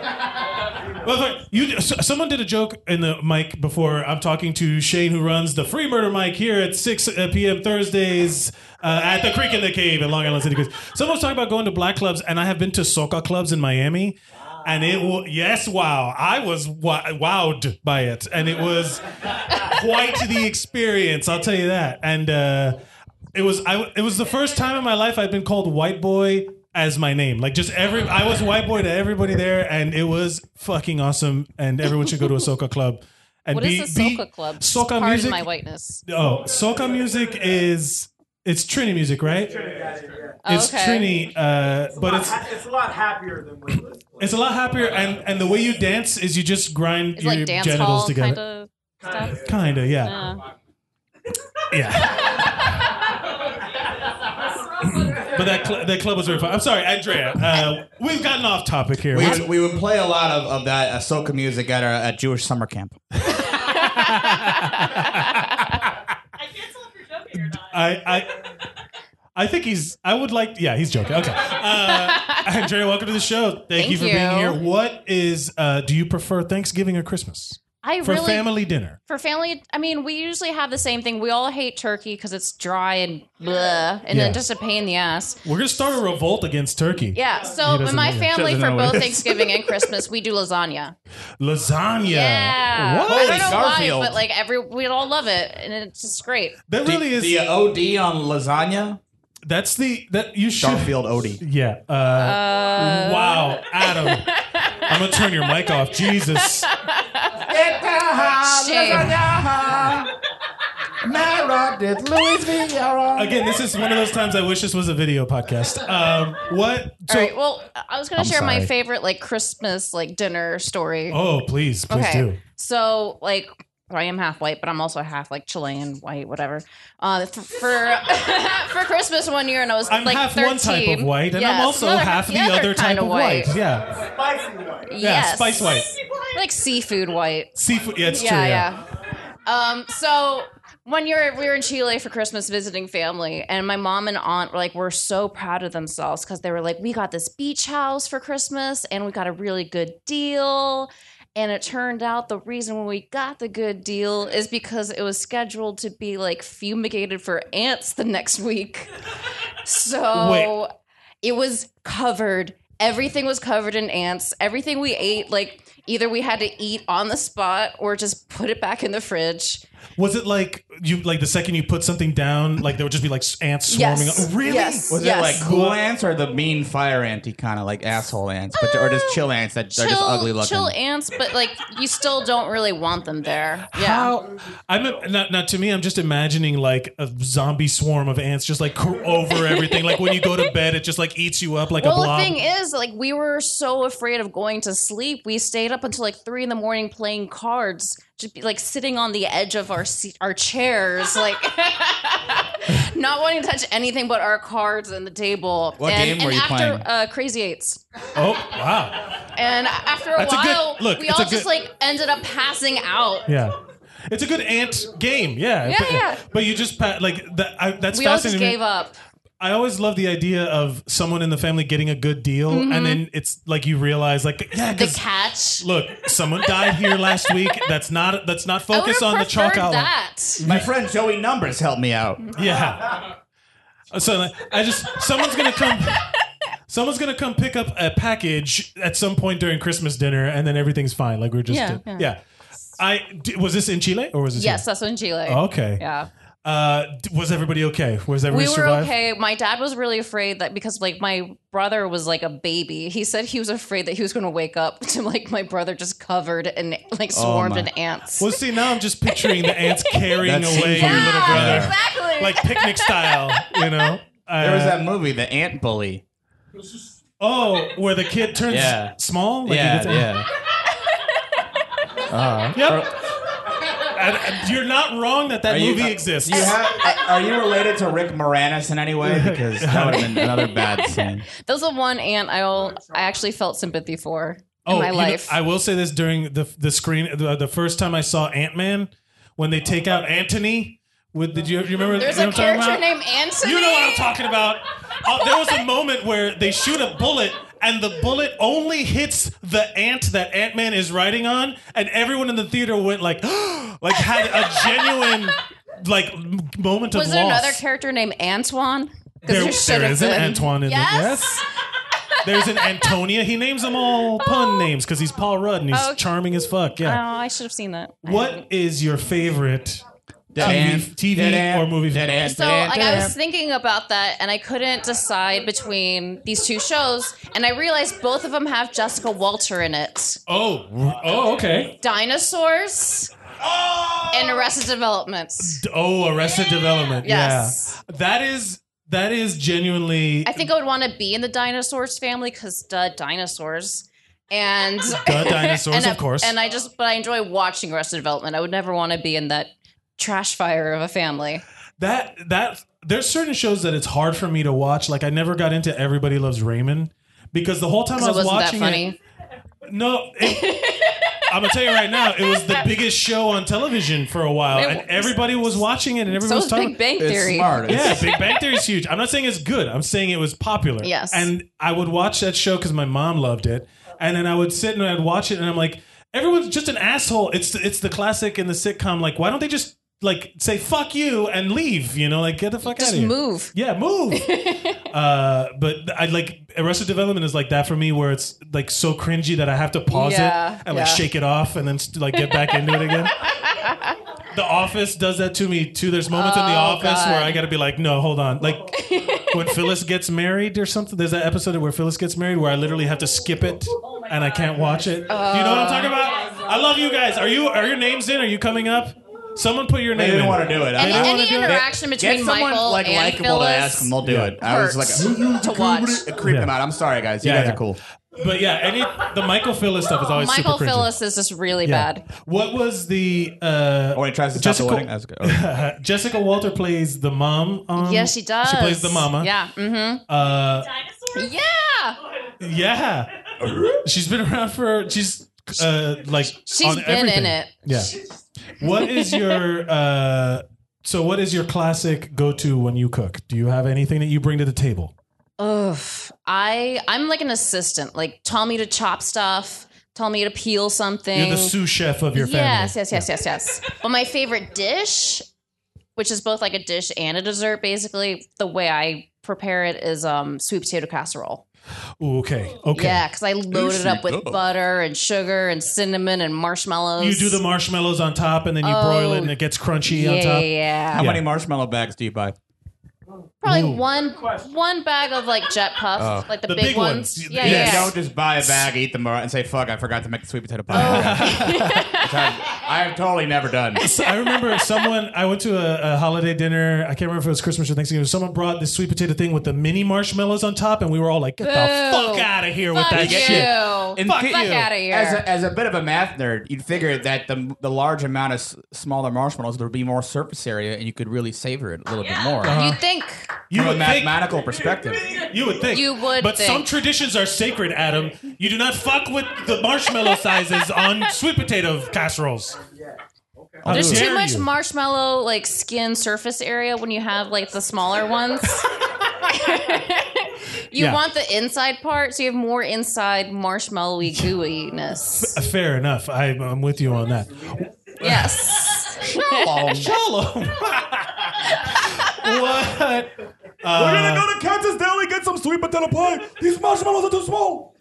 well, look, you, s- someone did a joke in the mic before. I'm talking to Shane, who runs the Free Murder Mic here at 6 uh, p.m. Thursdays uh, at the Creek in the Cave in Long Island City. Queens. Someone was talking about going to black clubs, and I have been to soca clubs in Miami. And it was, yes, wow. I was wa- wowed by it. And it was quite the experience, I'll tell you that. And uh, it was I, it was the first time in my life I'd been called white boy as my name. Like just every I was white boy to everybody there, and it was fucking awesome. And everyone should go to a soca club. *laughs* And What be, is a be- soca club? Soca Pardon music. my whiteness. Oh, soca music is it's Trini music, right? It's Okay. Trini, uh, but it's it's a lot happier than we live. it's a lot happier. And and the way you dance is you just grind It's your like dance genitals hall together. kind of stuff. Kinda, yeah, Yeah. *laughs* yeah. but that cl- that club was very fun. I'm sorry, Andrea. Uh, we've gotten off topic here. We would, we would play a lot of, of that uh, soca music at our at Jewish summer camp. I can't tell if you're joking or not. I, I, I think he's. I would like. Yeah, he's joking. Okay, *laughs* uh, Andrea, welcome to the show. Thank, Thank you for you. being here. What is? Uh, do you prefer Thanksgiving or Christmas I for really family dinner? for family. I mean, we usually have the same thing. We all hate turkey because it's dry and blah, and Yeah. then just a pain in the ass. We're gonna start a revolt against turkey. Yeah. So doesn't in my know. family, Doesn't for know what both it is. Thanksgiving and Christmas, we do lasagna. lasagna. Yeah. What? I don't know Garfield. why, but like every we all love it, and it's just great. That The- really is. the OD on lasagna. that's the that you should. Garfield OD. *laughs* Yeah. Uh, Uh, wow, Adam. *laughs* I'm gonna turn your mic off. Jesus. Shame. Again, this is one of those times I wish this was a video podcast. Um, what? All So, right. Well, I was gonna I'm share my sorry. favorite like Christmas like dinner story. oh, please, please do. So like I am half white, but I'm also half like Chilean white, whatever. Uh, f- for *laughs* for Christmas one year, and I was I'm like half 13. one type of white, and I'm Yes, also another- half the, other type kind of white. Yeah, Yeah. yes. Spice white. like seafood white. Seafood. Yeah, it's true. yeah, yeah. Um, so one year we were in Chile for Christmas visiting family, and my mom and aunt were like, were so proud of themselves because they were like, we got this beach house for Christmas, and we got a really good deal. And it turned out the reason we got the good deal is because it was scheduled to be like fumigated for ants the next week. So Wait. it was covered. Everything was covered in ants. Everything we ate, like either we had to eat on the spot or just put it back in the fridge. Was it like you like the second you put something down, like there would just be like s- ants swarming? Yes. up? Really? Yes. Was Was it Yes. it like like cool cool Cool ants are the mean fire anty kind of like asshole ants, but or just chill ants that are just ugly looking. chill ants, but like you still don't really want them there. Yeah. How? I'm not, not to me. I'm just imagining like a zombie swarm of ants just like cr- over everything. like when you go to bed, it just like eats you up like well, a blob. the thing is, like, we were so afraid of going to sleep, we stayed up until like three in the morning playing cards, just be, like sitting on the edge of our seat, our chairs, like *laughs* not wanting to touch anything but our cards and the table. What and, game and were you after, playing? Uh, Crazy Eights. oh wow! And after a That's a good- while, look, we all it's a just good- like ended up passing out. Yeah. It's a good ant game, yeah. Yeah, but, yeah. But you just pa- like that. I, that's we all fascinating. just gave up. I always love the idea of someone in the family getting a good deal, Mhm. and then it's like you realize, like, yeah, The 'cause catch. look, someone died here last week. That's not. That's not I focus would've on the chalk preferred outline. that. My friend Joey Numbers helped me out. Yeah. So like, I just someone's gonna come. Someone's gonna come pick up a package at some point during Christmas dinner, and then everything's fine. Like we we're just Yeah, yeah. yeah. I d- was this in Chile or was this? Yes, that's in Chile. Okay. Yeah. Here? Uh, d- was everybody okay? Was we everybody were survive? okay. My dad was really afraid that because like my brother was like a baby. He said he was afraid that he was going to wake up to like my brother just covered and like Oh, swarmed my. in ants. Well, see, now I'm just picturing the ants carrying That seems away your weird. little brother, Yeah, exactly. like picnic style. You know, there was Uh, that movie, The Ant Bully. Oh, where the kid turns Yeah. small. Like he yeah, *laughs* gets- yeah. Uh, You're not wrong that that Are you- uh, movie exists. You *laughs* have, are you related to Rick Moranis in any way? Because that would have been another *laughs* bad *laughs* scene. that was the one ant I all I actually felt sympathy for in my Oh, you know, life. I will say this during the the screen the, the first time I saw Ant Man when they take out Antony. With did you, you remember? There's you a know what I'm talking character about? named Anthony. You know what I'm talking about. Uh, there was a moment where they shoot a bullet, and the bullet only hits the ant that Ant Man is riding on, and everyone in the theater went like, *gasps* like had a genuine like m- moment Was of there loss. another character named Antoine? 'Cause There- should there have is an been. Antoine in it. yes? Yes. *laughs* There's an Antonia. He names them all pun names because he's Paul Rudd and he's Okay. charming as fuck. Yeah. Oh, I should have seen that. What is your favorite Dead TV, Ant, TV Dead Ant, or movie? Dead Ant, So like I was thinking about that and I couldn't decide between these two shows and I realized both of them have Jessica Walter in it. Oh, oh, okay. Dinosaurs and Arrested Development. Oh, Arrested Development. Yes. Yeah. That is that is genuinely I think I would want to be in the dinosaurs family cuz duh dinosaurs. *laughs* And Duh, dinosaurs, and I- of course. And I just but I enjoy watching Arrested Development. I would never want to be in that trash fire of a family. that that there's certain shows that it's hard for me to watch. Like I never got into Everybody Loves Raymond because the whole time I 'Cause it was wasn't that watching funny. it. No, it- I'm gonna tell you right now, it was the biggest show on television for a while, It and was. everybody was watching it, and everyone So was is talking. Big Bang It's Theory. smart. Yeah, It's- Big *laughs* Bang Theory is huge. I'm not saying it's good. I'm saying it was popular. Yes. and I would watch that show because my mom loved it, and then I would sit and I'd watch it, and I'm like, everyone's just an asshole. It's it's the classic in the sitcom. Like, why don't they just like say fuck you and leave? You know, like get the fuck Just out of here. move. Yeah, move. uh, but I like Arrested Development is like that for me, where it's like so cringy that I have to pause Yeah, it and like yeah. shake it off and then st- like get back into it *laughs* again. *laughs* The Office does that to me too. There's moments in The Oh, Office where God. I got to be like, no, hold on. Like when Phyllis gets married or something. There's that episode where Phyllis gets married where I literally have to skip it and I can't watch it. Do you know what I'm talking about? I love you guys. Are you are your names in? Are you coming up? Someone put your They name. didn't in. wanna do it. I They don't didn't wanna wanna Any do it. interaction between Get someone Michael like and likable to Phyllis ask them, they'll do it. I was hurts like, to watch. *laughs* creep them out. I'm sorry, guys. You Yeah, guys yeah. are cool. But yeah, any the Michael Phyllis stuff is always Michael super cringy. Phyllis is just really Yeah. bad. What was the uh Oh, when he tries to stop the wedding? That's good. *laughs* Jessica Walter plays the mom on Oh. yeah, she does. She plays the mama. Yeah. Mm-hmm. Uh Yeah. yeah. she's been around for she's uh like She's on been everything. in it. Yeah. What is your uh so what is your classic go-to when you cook? Do you have anything that you bring to the table? Ugh. I I'm like an assistant. Like tell me to chop stuff. Tell me to peel something. You're the sous chef of your family. Yes, yes, yes, yes, *laughs* yes. but my favorite dish, which is both like a dish and a dessert, basically, the way I prepare it is um sweet potato casserole. Ooh, okay. Okay. Yeah, because I loaded Yes, it up you with do. butter and sugar and cinnamon and marshmallows. You do the marshmallows on top, and then you broil Oh, it, and it gets crunchy yeah, on top. yeah. How many marshmallow bags do you buy? Probably one one bag of like jet puff, Uh, Oh. like the, big, ones. Yeah, yeah. yeah. Don't just buy a bag, eat them, and say, "Fuck, I forgot to make the sweet potato pie." Oh. *laughs* Which I've, I've totally never done. So I remember someone. I went to a, a holiday dinner. I can't remember if it was Christmas or Thanksgiving. Someone brought this sweet potato thing with the mini marshmallows on top, and we were all like, "Get the Boo. fuck out of here Fuck with that you. shit!" In Fuck the- you. outta here. As a, as a bit of a math nerd, you'd figure that the the large amount of s- smaller marshmallows there would be more surface area, and you could really savor it a little bit more. Uh-huh. You think From a mathematical *laughs* perspective, You would think. You would But think. some traditions are sacred, Adam. You do not fuck with the marshmallow sizes on sweet potato casseroles. How there's dare too much you. marshmallow like skin surface area when you have like the smaller *laughs* ones? *laughs* you Yeah. want the inside part, so you have more inside marshmallowy gooiness. *laughs* F- Uh, Fair enough. I, I'm with you on that. *laughs* Yes. Shalom. *laughs* Shalom. what? We're gonna Uh, go to Kansas Deli get some sweet potato pie. These marshmallows are too small.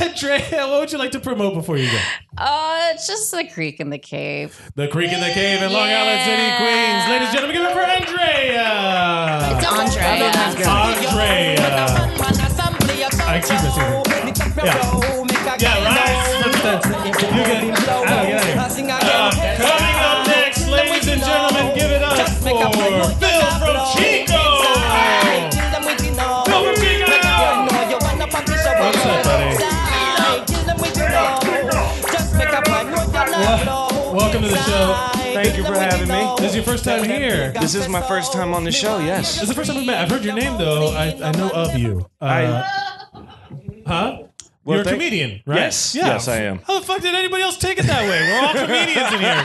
Andrea, what would you like to promote before you go? Uh, it's just the creek in the cave. The Creek in the Cave in Long Island City, Yeah. Queens. Ladies and gentlemen, give it up for Andrea. It's Andrea. Andrea. uh, I keep missing her. Yeah. Yeah, right. You get, Adam, get out of here. Uh, coming up next, ladies and gentlemen, give it up for Phil from Chico. Phil from Chico. What's up, buddy? Well, welcome to the show. Thank you for having me. This is your first time here. This is my first time on the show. Yes. This is the first time we've met. I've heard your name though. I, I know of you. Uh, huh? Well, You're a thank- comedian, right? Yes. Yes, I am. How the fuck did anybody else take it that way? We're all comedians in here.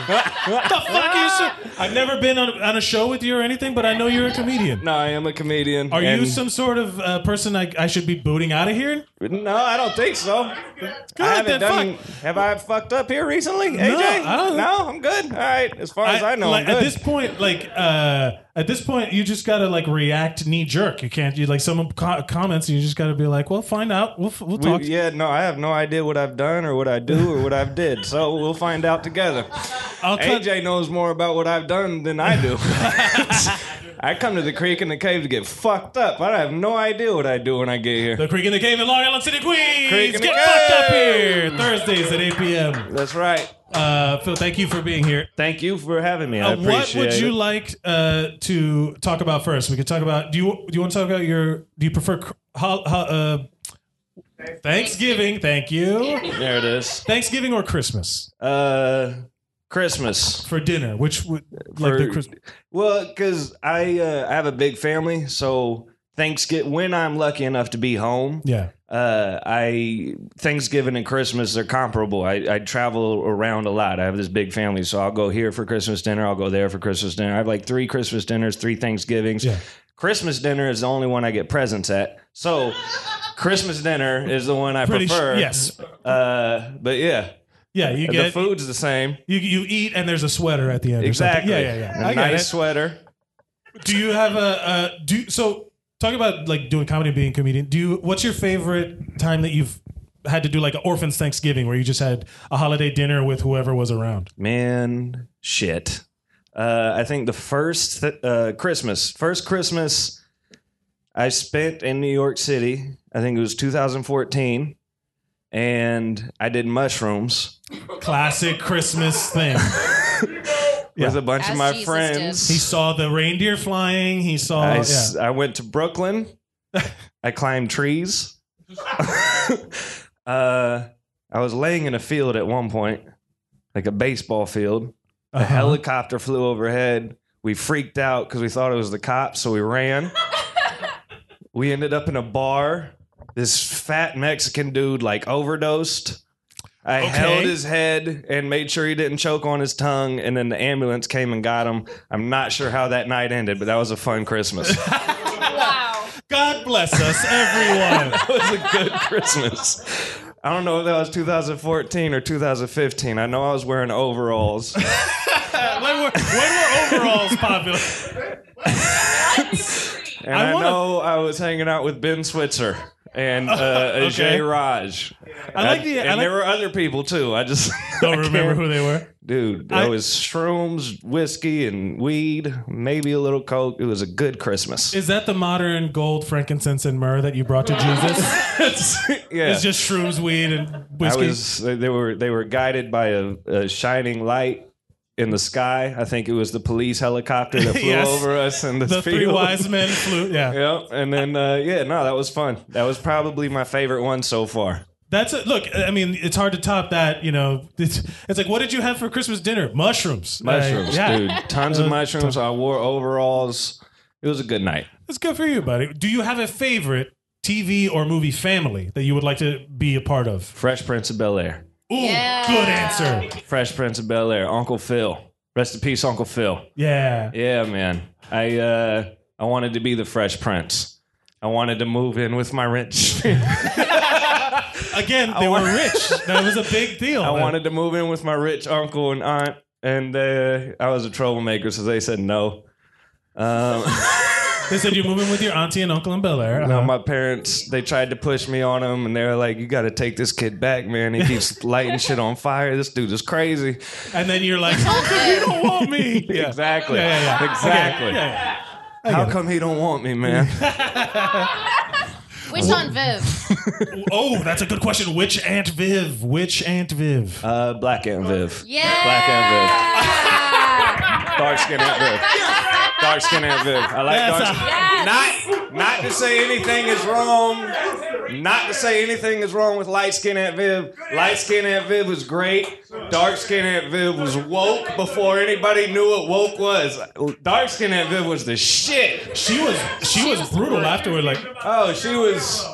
What the fuck are you? So- I've never been on, on a show with you or anything, but I know you're a comedian. No, I am a comedian. Are you and- some sort of uh, person I, I should be booting out of here? No, I don't think so. I haven't then, done. Have I fucked up here recently, AJ? I don't- no, I'm good. All right, as far as I know, like, I'm at good. this point, like uh, at this point, you just gotta like react knee jerk. You can't. You like someone co- comments, and you just gotta be like, "Well, find out. We'll f- we'll We- talk." yeah, no, I have no idea what I've done or what I do or what I've did. So we'll find out together. I'll cut- AJ knows more about what I've done than I *laughs* do. I come to the creek in the cave to get fucked up. I have no idea what I do when I get here. The Creek in the Cave in Long Island City, Queens. Creek Get in the fucked up here Cave. Thursdays at 8 p.m. That's right. Uh, Phil, thank you for being here. Thank you for having me. I Uh, appreciate what would you it. like uh, to talk about first? We could talk about. Do you do you want to talk about your? Do you prefer cr- ho, ho, uh, Thanksgiving? Thank you. There it is. Thanksgiving or Christmas? Uh, Christmas for dinner, which would like the Christmas. Well, because I uh, I have a big family, so Thanksgiving when I'm lucky enough to be home. Yeah. Uh, I Thanksgiving and Christmas are comparable. I, I travel around a lot. I have this big family, so I'll go here for Christmas dinner. I'll go there for Christmas dinner. I have like three Christmas dinners, three Thanksgivings. Yeah. Christmas dinner is the only one I get presents at. So Christmas dinner is the one I Pretty sh- prefer. yes. Uh, but yeah. Yeah, you The get food's the same. You you eat and there's a sweater at the end. or something. Exactly. Yeah, yeah, yeah. A I get nice it. sweater. Do you have a uh, do so talking about like doing comedy and being a comedian? Do you what's your favorite time that you've had to do like an orphan's Thanksgiving where you just had a holiday dinner with whoever was around? Man, shit. Uh, I think the first th- uh, Christmas, first Christmas I spent in New York City, I think it was 2014, and I did mushrooms Classic Christmas *laughs* thing. with a bunch of my friends. He saw the reindeer flying. He saw. I, Oh, yeah. s- I went to Brooklyn. I climbed trees. *laughs* uh, I was laying in a field at one point, like a baseball field. A helicopter flew overhead. We freaked out because we thought it was the cops, so we ran. we ended up in a bar. This fat Mexican dude like overdosed. I Okay. held his head and made sure he didn't choke on his tongue, and then the ambulance came and got him. I'm not sure how that night ended, but that was a fun Christmas. *laughs* God bless us, everyone. *laughs* that was a good Christmas. I don't know if that was 2014 or 2015. I know I was wearing overalls. when, were, when were overalls popular? And I I, wanna- know I was hanging out with Ben Switzer and uh, *laughs* Okay. Ajay Raj. I like the- I And like- there were other people too. I just *laughs* Don't I remember can't- who they were. Dude, I- it was shrooms, whiskey, and weed, maybe a little coke. It was a good Christmas. Is that the modern gold, frankincense, and myrrh that you brought to *laughs* Jesus? Yeah. It's just shrooms, weed, and whiskey. I was. They they were. They were guided by a, a shining light in the sky. I think it was the police *laughs* helicopter that flew Yes. over us and the, the three field. wise men flew. Yeah. *laughs* Yep. And then uh, yeah, no, that was fun. That was probably my favorite one so far. That's a, look. I mean, it's hard to top that. You know, it's, it's like, what did you have for Christmas dinner? Mushrooms. Mushrooms, Uh, yeah. dude. Tons of Uh, mushrooms. I wore overalls. It was a good night. That's good for you, buddy. Do you have a favorite TV or movie family that you would like to be a part of? Fresh Prince of Bel Air. Ooh, good *laughs* answer. Fresh Prince of Bel Air. Uncle Phil. Rest in peace, Uncle Phil. Yeah. Yeah, man. I uh, I wanted to be the Fresh Prince. I wanted to move in with my rich. *laughs* Again, I they wa- were rich. That was a big deal. I wanted to move in with my rich uncle and aunt, and uh, I was a troublemaker, so they said no. Um, *laughs* They said you're moving with your auntie and uncle in Bel Air. no, Uh, my parents they tried to push me on him, and they were like, "You got to take this kid back, man. He *laughs* keeps lighting shit on fire. This dude is crazy." and then you're like, *laughs* how come you don't want me? *laughs* Yeah. Exactly. Yeah, yeah, yeah. Exactly. Okay. Yeah, How come he don't want me, man? Which Aunt Viv? Oh, that's a good question. Which Aunt Viv? Which Aunt Viv? Uh, Black Aunt Viv. Yeah. Black Aunt Viv. dark skin Aunt Viv. Dark skin Aunt Viv. I like That's a- dark skin. Not, not to say anything is wrong. Not to say anything is wrong with light skin Aunt Viv. Light skin Aunt Viv was great. Dark skin Aunt Viv was woke before anybody knew what woke was. Dark skin Aunt Viv was the shit. She was she, was, brutal afterward. Like Oh, she was.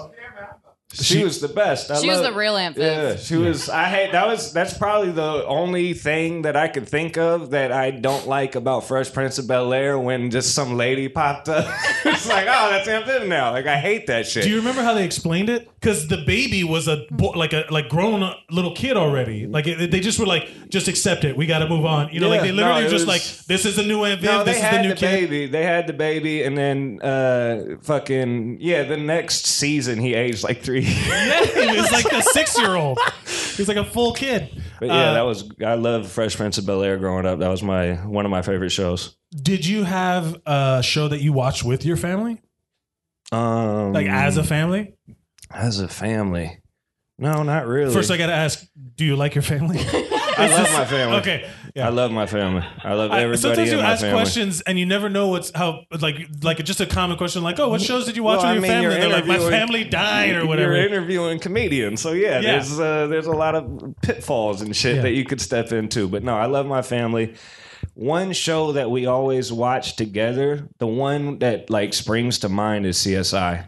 She was the best. I She was love- the real Aunt Viv. yeah, she was. I had that was that's probably the only thing that I could think of that I don't like about Fresh Prince of Bel Air when just some lady popped up. *laughs* it's like, oh, that's Aunt Viv now. Like I hate that shit. Do you remember how they explained it? Because the baby was a bo- like a like grown uh, little kid already. Like it, they just were like, just accept it. We got to move on. You know, like Yeah, they literally no, it just was- like, this is the new Aunt Viv. no, they this is had the the, new kid. baby. They had the baby, and then uh, fucking yeah. The next season, he aged like three. *laughs* *laughs* years. he was like a six year old. He's like a full kid. But yeah, Uh, that was I love Fresh Prince of Bel Air growing up. That was my one of my favorite shows. Did you have a show that you watched with your family, Um, like as a family? as a family. No, not really. First, I got to ask, do you like your family? I love my family. okay. I love my family. I love I- everybody sometimes in you my ask family. questions and you never know what's how like like just a common question like oh what shows did you watch Well, I with your mean, family you're and they're like my interviewing- family died or You're whatever interviewing comedians, so yeah, Yeah. there's uh, there's a lot of pitfalls and shit Yeah. that you could step into. But no, I love my family. One show that we always watch together, the one that like springs to mind is CSI.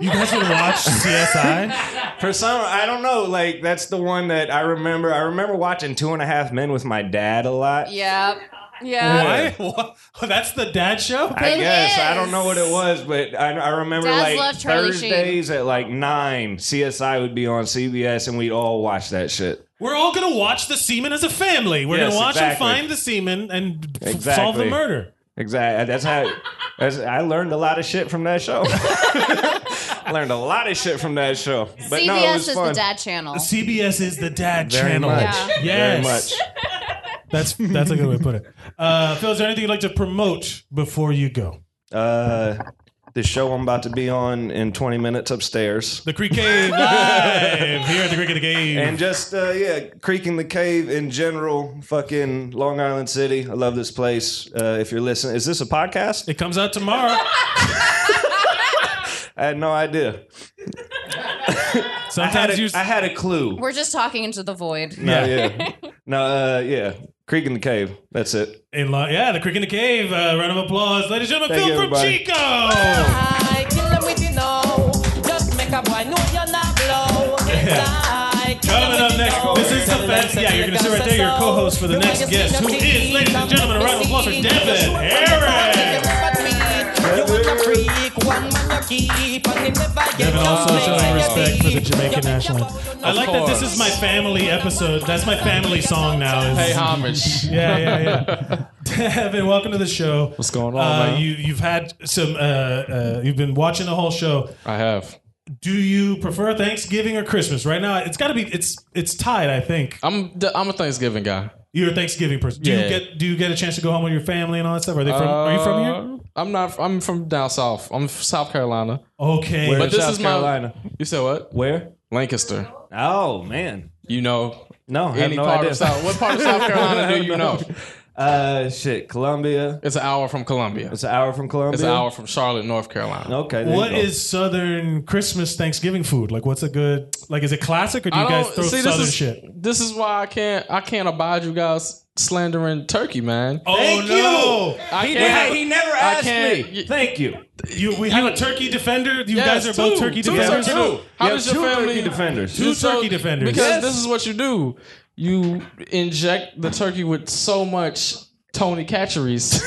you guys would watch CSI For some, I don't know. Like that's the one that I remember. I remember watching Two and a Half Men with my dad a lot. Yep. Yeah. why *laughs* what? that's the dad show I It guess I is. don't know what it was, but I, I remember Dad's like love Charlie Sheen. Thursdays at like nine, CSI would be on CBS, and we'd all watch that shit. we're all gonna watch the semen as a family we're Yes, gonna watch exactly. and find the semen and f- Exactly. solve the murder Exactly. That's how. That's, I learned a lot of shit from that show. *laughs* learned a lot of shit from that show. But CBS no, it was is fun. the dad channel. CBS is the dad Very channel much. Yeah. Very yes much. *laughs* that's that's a good way to put it uh, Phil is there anything you'd like to promote before you go Uh, the show I'm about to be on in 20 minutes upstairs. the Creek *laughs* Cave live here at the Creek of the Cave And just uh, yeah, creaking the cave in general. Fucking Long Island City. I love this place. Uh, if you're listening, is this a podcast? It comes out tomorrow. I had no idea. I had Sometimes a, you. I had a clue. We're just talking into the void. *laughs* No, yeah. No, uh, yeah. Creek in the cave. That's it. In lo- yeah, the creek in the cave. Uh, round of applause, ladies and gentlemen. Phil Thank you, from everybody. Chico. I kill them with you know. Just make a boy know you're not blow. I kill 'em Coming with up you next, know. this is the best. Yeah, you're gonna sit right there. Your co-host for the next guest, who is, ladies and gentlemen, a round of applause for Devin Harris. One man, you keep on, they never get Devin also no showing place to respect for be. the Jamaican national anthem. I Of like that this is my family episode. That's my family song now. is- Pay homage. *laughs* Yeah, yeah, yeah. *laughs* Devin, welcome to the show. What's going on, Uh, man? you you've had some. Uh, uh, you've been watching the whole show. I have. Do you prefer Thanksgiving or Christmas? Right now, it's got to be. It's it's tied. I think. I'm I'm a Thanksgiving guy. You're a Thanksgiving person. Do Yeah. you get do you get a chance to go home with your family and all that stuff? Are they from? are you from here? Uh, I'm not. I'm from down south. I'm from South Carolina. Okay. Where in but this South is Carolina? my. You said what? Where? Lancaster. Oh man. You know. No. I have Any no part idea. of South? What part of South Carolina do you know? Uh, shit, Columbia. It's an hour from Columbia. It's an hour *laughs* from Columbia. It's an hour from Charlotte, North Carolina. Okay. there you What go. is Southern Christmas Thanksgiving food? Like, what's a good like? Is it classic or do you I guys don't- throw see, Southern this is, shit? This is why I can't. I can't abide you guys slandering turkey, man. Oh no! I can't- I can't- Thank you. You, we have a turkey defender. You Yes, guys are both two. turkey Two defenders. turkey- two. How You does have your two family- turkey defenders. Two So- turkey defenders. Because Yes. this is what you do. You inject the turkey with so much Tony *laughs* Catcheries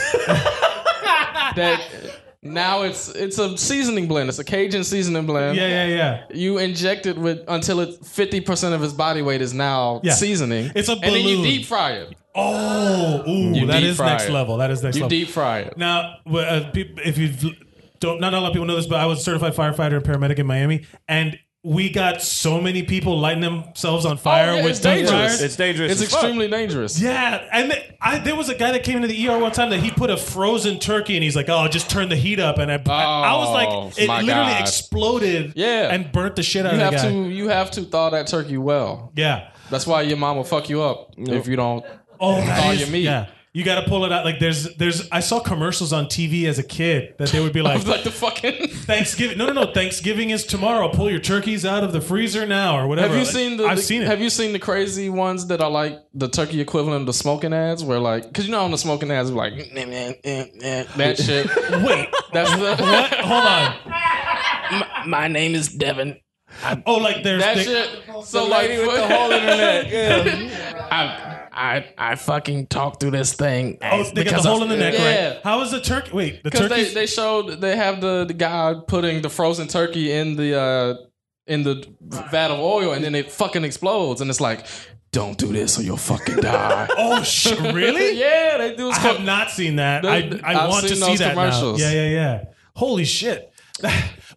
that now it's it's a seasoning blend. It's a Cajun seasoning blend. Yeah, yeah, yeah. You inject it with until it fifty percent of his body weight is now Yeah. seasoning. It's a and then you balloon. deep fry it. Oh, ooh, You that deep is fry next it. level. That is next You level. deep fry it. Now, w- uh, peop- if you don't, not a lot of people know this, but I was a certified firefighter and paramedic in Miami, and we got so many people lighting themselves on fire Oh, yeah, with it's deep dangerous. fryers. It's dangerous It's as fuck. extremely dangerous. Yeah, and th- I, there was a guy that came into the ER one time that he put a frozen turkey and he's like, "Oh, just turn the heat up," and I, I was like, Oh, it my literally God. exploded, Yeah. and burnt the shit out You of have the guy. to you have to thaw that turkey well. Yeah. That's why your mom will fuck you up if you don't Oh, thaw that is- your meat. yeah. You got to pull it out. Like there's, there's. I saw commercials on TV as a kid that they would *laughs* be like, like the fucking Thanksgiving. No, no, no. Thanksgiving is tomorrow. Pull your turkeys out of the freezer now or whatever. Have you Like, seen the? I've the- seen it. Have you *laughs* seen the crazy ones that are like the turkey equivalent of the smoking ads, where like, because you know on the smoking ads, like eh, eh, eh, eh, that shit. Wait, that's the *laughs* what? Hold on. My, my name is Devin. oh, like there's that the- shit. The So lady like with the whole internet, *laughs* Um, Yeah. I I I fucking talk through this thing. Oh, they got because the of- hole in the neck, Yeah. right? How is the turkey? Wait, the Because turkey. they, they showed they have the, the guy putting the frozen turkey in the uh, in the vat of oil and then it fucking explodes and it's like, don't do this or you'll fucking die. *laughs* oh shit! Really? *laughs* yeah, they do. I have not seen that. The- I, I I've want to seen see those that now. commercials. Yeah, yeah, yeah. Holy shit! *laughs*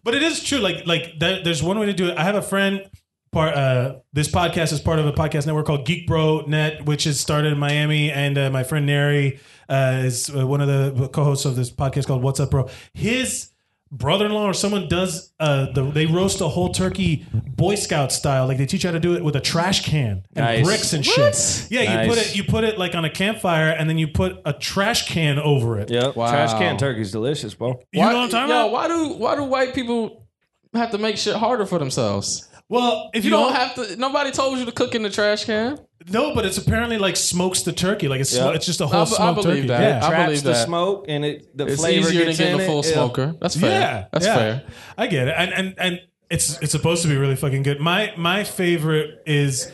but it is true. Like, like there, there's one way to do it. I have a friend. Part uh, this podcast is part of a podcast network called Geek Bro Net, which is started in Miami, and uh, my friend Neri uh, is uh, one of the co-hosts of this podcast called What's Up Bro. His brother-in-law or someone does uh, the, they roast a whole turkey Boy Scout style, like they teach you how to do it with a trash can and Nice. bricks and shit. Yeah, you put Nice. it you put it like on a campfire and then you put a trash can over it. Yep. Wow. Trash can turkey's delicious, bro. You know what I'm talking yo, about? why do why do white people have to make shit harder for themselves? Well, if you, don't, don't, have to, nobody told you to cook in the trash can. no, but it's apparently like smokes the turkey. Like it's sm- Yeah. it's just a I whole b- I smoked believe turkey. that. Yeah. I Traps believe the that. smoke and it the It's flavor easier gets to get in a full it. Yeah. smoker. That's fair. Yeah, That's yeah. fair. I get it, and and and it's it's supposed to be really fucking good. My my favorite is.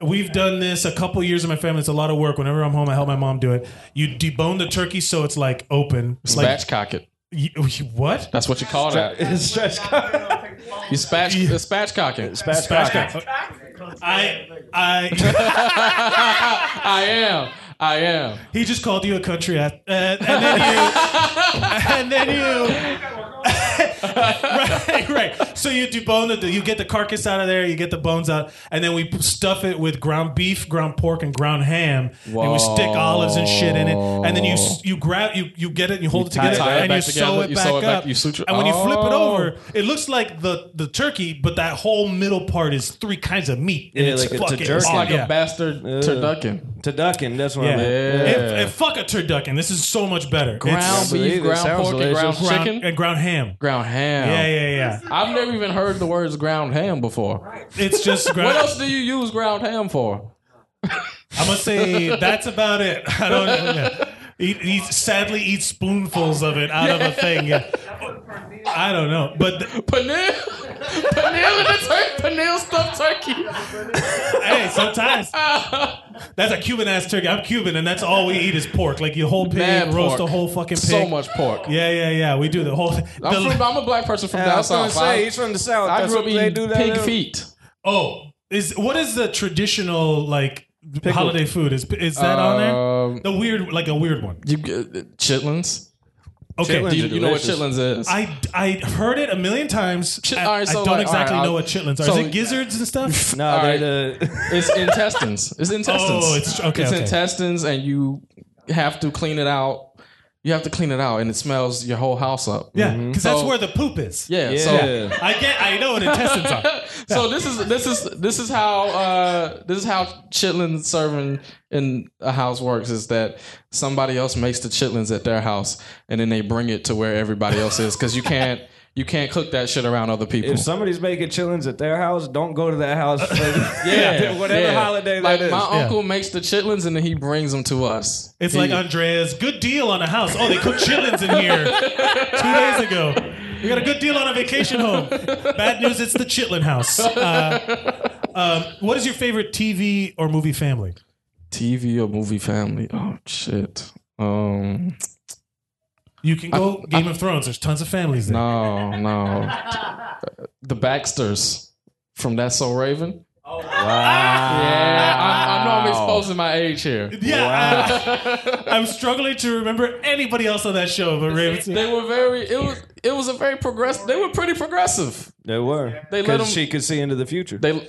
We've done this a couple years in my family. It's a lot of work. Whenever I'm home, I help my mom do it. You debone the turkey so it's like open. It's like Spatch cock it. you, you- what? That's what you call that. *laughs* It's trash can. You spatch, yeah. spatch cock it. Trash can. I I I am. I am. he just called you a country ass, uh, and then you and then you *laughs* right right. So you debone the you get the carcass out of there, you get the bones out, and then we stuff it with ground beef, ground pork, and ground ham, and we stick olives and shit in it, and then you s- you grab you you get it, you hold it tie it together, back and you together, sew it you back sew it back, up, you suture- and when you flip it Oh. over, it looks like the the turkey, but that whole middle part is three kinds of meat, and Yeah, it's like it's a fucking jerk. It's like awesome. Yeah. a bastard uh, turducken. To ducking, that's what I Yeah. meant. If- if- fuck a turducken. This is so much better. Ground It's- beef, believe it. ground Sounds pork, and ground delicious. ground, chicken. and ground ham. Ground ham. Yeah, yeah, yeah. I've never even heard the words ground ham before. It's just ground. *laughs* What else do you use ground ham for? I'm gonna say that's about it. I *laughs* don't know. Yeah. He, he sadly eats spoonfuls of it out of a thing. Yeah. I don't know, *laughs* but th- Paneer, paneer, and a tur- paneer stuffed turkey. *laughs* hey, sometimes That's a Cuban ass turkey. I'm Cuban, and that's all we eat is pork. Like you whole pig, Mad roast pork. a whole fucking pig. So much pork. Yeah, yeah, yeah. We do *laughs* the whole. I'm, *laughs* I'm, from, I'm a black person from Yeah, I down was gonna south. say, I- he's from the South. I That's grew up what eating they do down pig there. feet. Oh, is what is the traditional like holiday food? Is is that on there? The weird, like a weird one. Um, You get- chitlins. Okay, Do you, you know what chitlins is? I I heard it a million times. I, all right, so I don't like- exactly all right, know I'll- what chitlins are. so- is it gizzards and *laughs* stuff? All right. it's intestines. It's intestines. Oh, it's- okay, It's okay. intestines, and you have to clean it out. You have to clean it out, and it smells your whole house up. Yeah, because that's Mm-hmm. So- where the poop is. Yeah, so- Yeah. I get. I know what intestines are. *laughs* so this is this is this is how uh, this is how chitlin serving in a house works is that somebody else makes the chitlins at their house and then they bring it to where everybody else is because you can't you can't cook that shit around other people. If somebody's making chillins at their house, don't go to that house. For, yeah, whatever yeah. holiday like that is. my uncle makes the chitlins and then he brings them to us. It's like He- Andreas, good deal on a house. Oh, they cook chitlins in here two days ago. We got a good deal on a vacation home. Bad news, it's the chitlin house. Uh, um, what is your favorite TV or movie family? TV or movie family. Oh shit. Um You can go Game of Thrones. There's tons of families there. No, no. the Baxters from That's So Raven. Oh, wow. Yeah, I'm, I'm normally exposing my age here. Yeah, I, am struggling to remember anybody else on that show, but Raven. They were very. It was. It was a very progressive. They were pretty progressive. They were. They let Because 'em- she could see into the future. They. Um,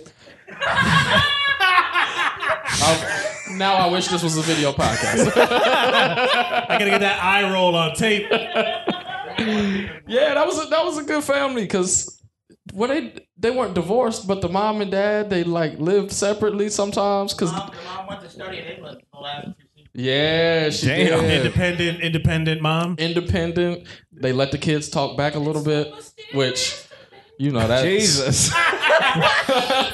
now *laughs* I wish this was a video podcast. I gotta get that eye roll on tape. yeah, that was a, that was a good family because when they they weren't divorced, but the mom and dad they like lived separately sometimes because I went to study in England for the last Yeah, she Damn. did. Independent, independent mom. Independent. They let the kids talk back a little bit, which you know that Jesus.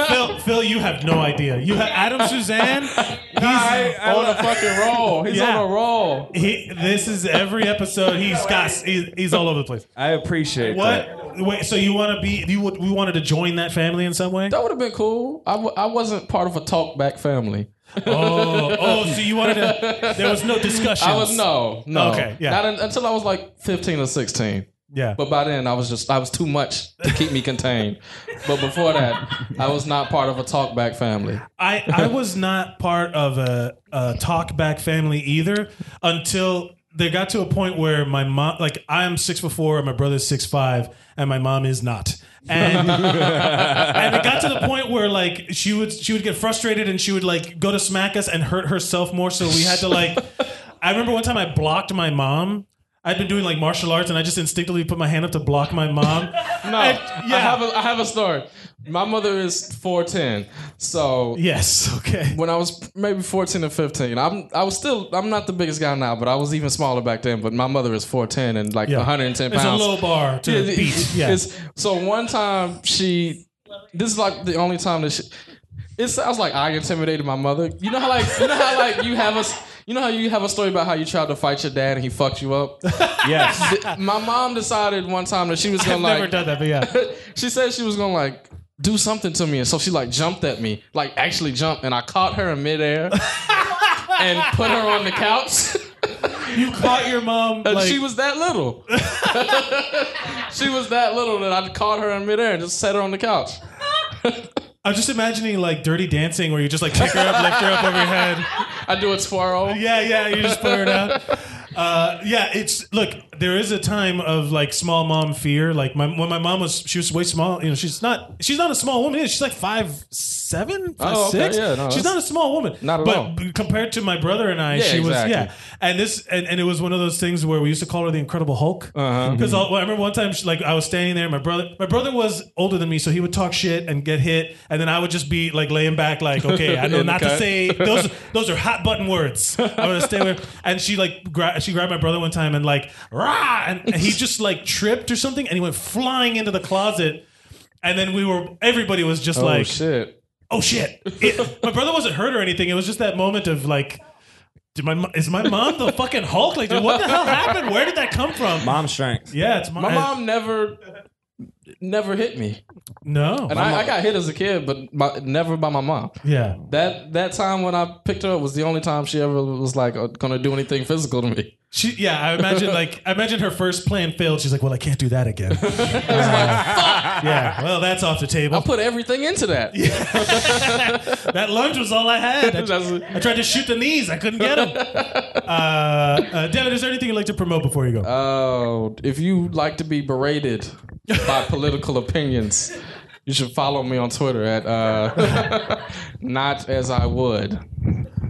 Phil, Phil, you have no idea. You have *laughs* Adam Suzanne. He's on a fucking roll. He's on a roll. He, this is every episode. He's got. He's, he's all over the place. I appreciate that. What? Wait. So *laughs* you want to be? You would? We wanted to join that family in some way. That would have been cool. I w- I wasn't part of a talk back family. *laughs* Oh, oh. So you wanted to? There was no discussion. I was no, no. Okay. Yeah. Not un- until I was like fifteen or sixteen. Yeah. But by then I was just I was too much to keep me contained. but before that, I was not part of a talk back family. I, I was not part of a, a talk back family either until they got to a point where my mom, like I'm six foot four and my brother's six five and my mom is not. And, and it got to the point where like she would she would get frustrated and she would like go to smack us and hurt herself more. So we had to like I remember one time I blocked my mom. I'd been doing like martial arts and I just instinctively put my hand up to block my mom. No, I have a, I have a story. My mother is four ten, so yes, okay. When I was maybe fourteen or fifteen, I'm I was still I'm not the biggest guy now, but I was even smaller back then. But my mother is four ten and like Yeah. one hundred and ten It's a pounds. low bar to Yeah, beat. Yeah. it's- so one time she, this is like the only time that she. It sounds like I intimidated my mother. You know how like you know how like you have a s- you know how you have a story about how you tried to fight your dad and he fucked you *laughs* up. Yes. my mom decided one time that she was gonna I've like *laughs* never done that, but yeah. *laughs* she said she was gonna like do something to me, and so she like jumped at me, like actually jumped, and I caught her in *laughs* midair and put her on the couch. you caught your mom. And like- she was that *laughs* little. *laughs* she was that little that I caught her in midair and just set her on the couch. I'm just imagining like Dirty Dancing, where you just like pick her up, lift her up over your head. I do it swirl. Yeah, yeah, you just blur it out. Uh, yeah, it's look. There is a time of like small mom fear. Like my, when my mom was, she was way small. You know, she's not. She's not a small woman. is she? She's like five seven, five Oh, okay, six. yeah, no, she's that's- not a small woman. Not at but all. b- compared to my brother and I, Yeah, she was exactly. yeah. And this and, and it was one of those things where we used to call her the Incredible Hulk Uh-huh. because I remember one time she, like I was standing there. My brother, my brother was older than me, so he would talk shit and get hit, and then I would just be like laying back, like okay, I know In the not to cut. *laughs* say those those are hot button words. I'm gonna stay with. And she like gra- she grabbed my brother one time and like rah, and he just like tripped or something, and he went flying into the closet. And then we were everybody was just Oh, like, shit. oh shit! It- my brother wasn't hurt or anything. It was just that moment of like. Did my, mo- is my mom the fucking Hulk? Like, dude, what the hell happened? Where did that come from? Mom strength. Yeah, it's my, My mom never never hit me. No, and I, I got hit as a kid, but by, never by my mom. Yeah. That that time when I picked her up was the only time she ever was like uh, gonna do anything physical to me. She, yeah, I imagine like I imagine her first plan failed. She's like, "Well, I can't do that again." *laughs* yeah, well, that's off the table. I put everything into *laughs* that. that lunge was all I *laughs* had. I, I tried to shoot the knees, I couldn't get them. Uh, uh, Devin, is there anything you'd like to promote before you go? Oh, if you like to be berated *laughs* by political opinions, you should follow me on Twitter at uh, *laughs* not as I would.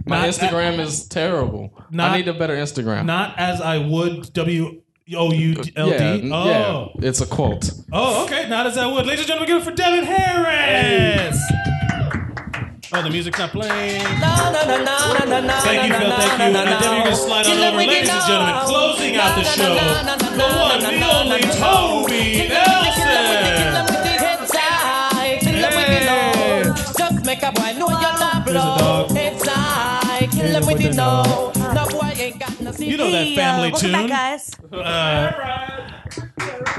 My Not- Instagram is terrible. Not- I need a better Instagram. Not as I would. W O U L D. Yeah, oh. yeah, it's a quote. Oh, okay. Not as I would. Ladies and gentlemen, give it for Devin Harris. Oh, the music's not playing. Thank you, Phil. Thank you. And Devin, you're going to slide on over. Ladies and gentlemen, closing out the show, the one, the only Toby Nelson. You know that family Welcome tune. back, *laughs* guys. Uh,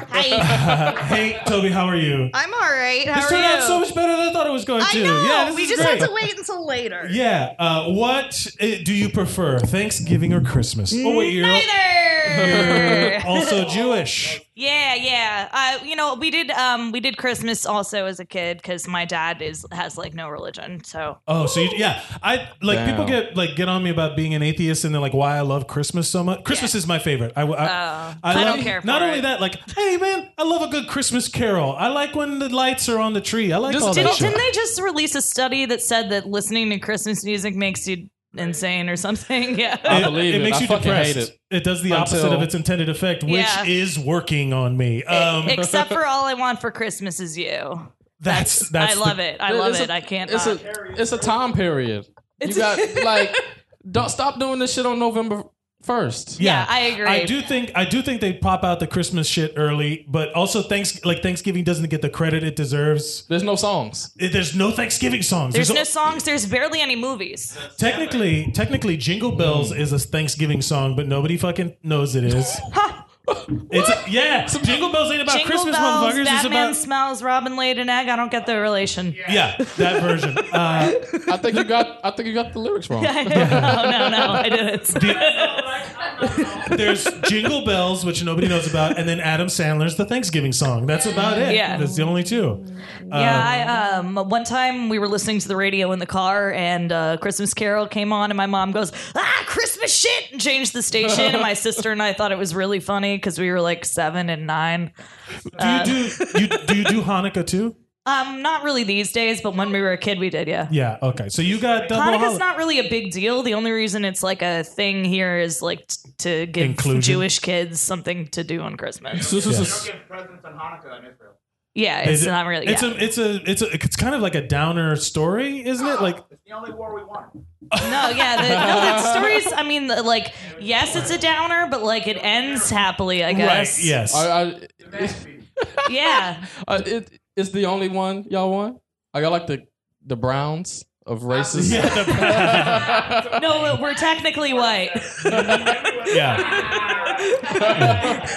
Hi. *laughs* hey, Toby, how are you? I'm all right. How this are turned you? out so much better than I thought it was going I to. know. Yeah, this we is just great. have to wait until later. Yeah. Uh, what uh, do you prefer, Thanksgiving or Christmas? Oh, wait, you're, Neither. you're *laughs* also Jewish. Yeah, yeah. Uh, you know, we did um we did Christmas also as a kid because my dad is has like no religion, so Oh, so you, yeah, I like people Wow. get like get on me about being an atheist and they're like why I love Christmas so much. Christmas is my favorite. I, w- I, Oh, I love, don't care for Not it. only that, like hey man, I love a good Christmas carol. I like when the lights are on the tree. I like all didn't, that shit. didn't they just release a study that said that listening to Christmas music makes you insane or something? *laughs* Yeah. it, it makes you depressed. it. does the opposite Until- of its intended effect, which Yeah. E, is working on me. Um, *laughs* Except for all I want for Christmas is you. that's that's I the- love it. I love It's it. a- I can't. It's not. a it's a time period. *laughs* You got like don't stop doing this shit on November first. Yeah, I agree. I do think I do think they pop out the Christmas shit early, but also thanks like Thanksgiving doesn't get the credit it deserves. There's no songs. There's no Thanksgiving songs. There's There's no songs. There's barely any movies. Technically, technically, Jingle Bells is a Thanksgiving song, but nobody fucking knows it *laughs* is. it's yeah, Jingle Bells ain't about Jingle Christmas, bells, motherfuckers. Batman It's about smells. Robin laid an egg. I don't get the relation. yeah, that version. *laughs* Uh, I think you got I think you got the lyrics wrong. no, no, no. *laughs* I *laughs* didn't. there's Jingle Bells, which nobody knows about, and then Adam Sandler's The Thanksgiving Song. That's about it. Yeah. that's the only two. Um, Yeah, I, um, one time we were listening to the radio in the car, and uh, Christmas Carol came on, and my mom goes, "Ah, Christmas shit!" and changed the station. and *laughs* my sister and I thought it was really funny because we were like seven and nine. Uh, Do you do you do you do Hanukkah too? Um, not really these days, but when we were a kid, we did. Yeah. Yeah. Okay. So you got double. Hanukkah's holiday. not really a big deal. The only reason it's like a thing here is like t- to give Inclusion. Jewish kids something to do on Christmas. This is yeah. it's Is it- not really. It's yeah. a. It's a. It's a. It's kind of like a downer story, isn't it? Like No, yeah, the, no, *laughs* that story's. I mean, the- like, yes, it's a downer, but like it ends happily, I guess. I, I, *laughs* yeah. I, Uh, it, it's the only one y'all want. I got like the the Browns of races. No, we're technically white. yeah. *laughs*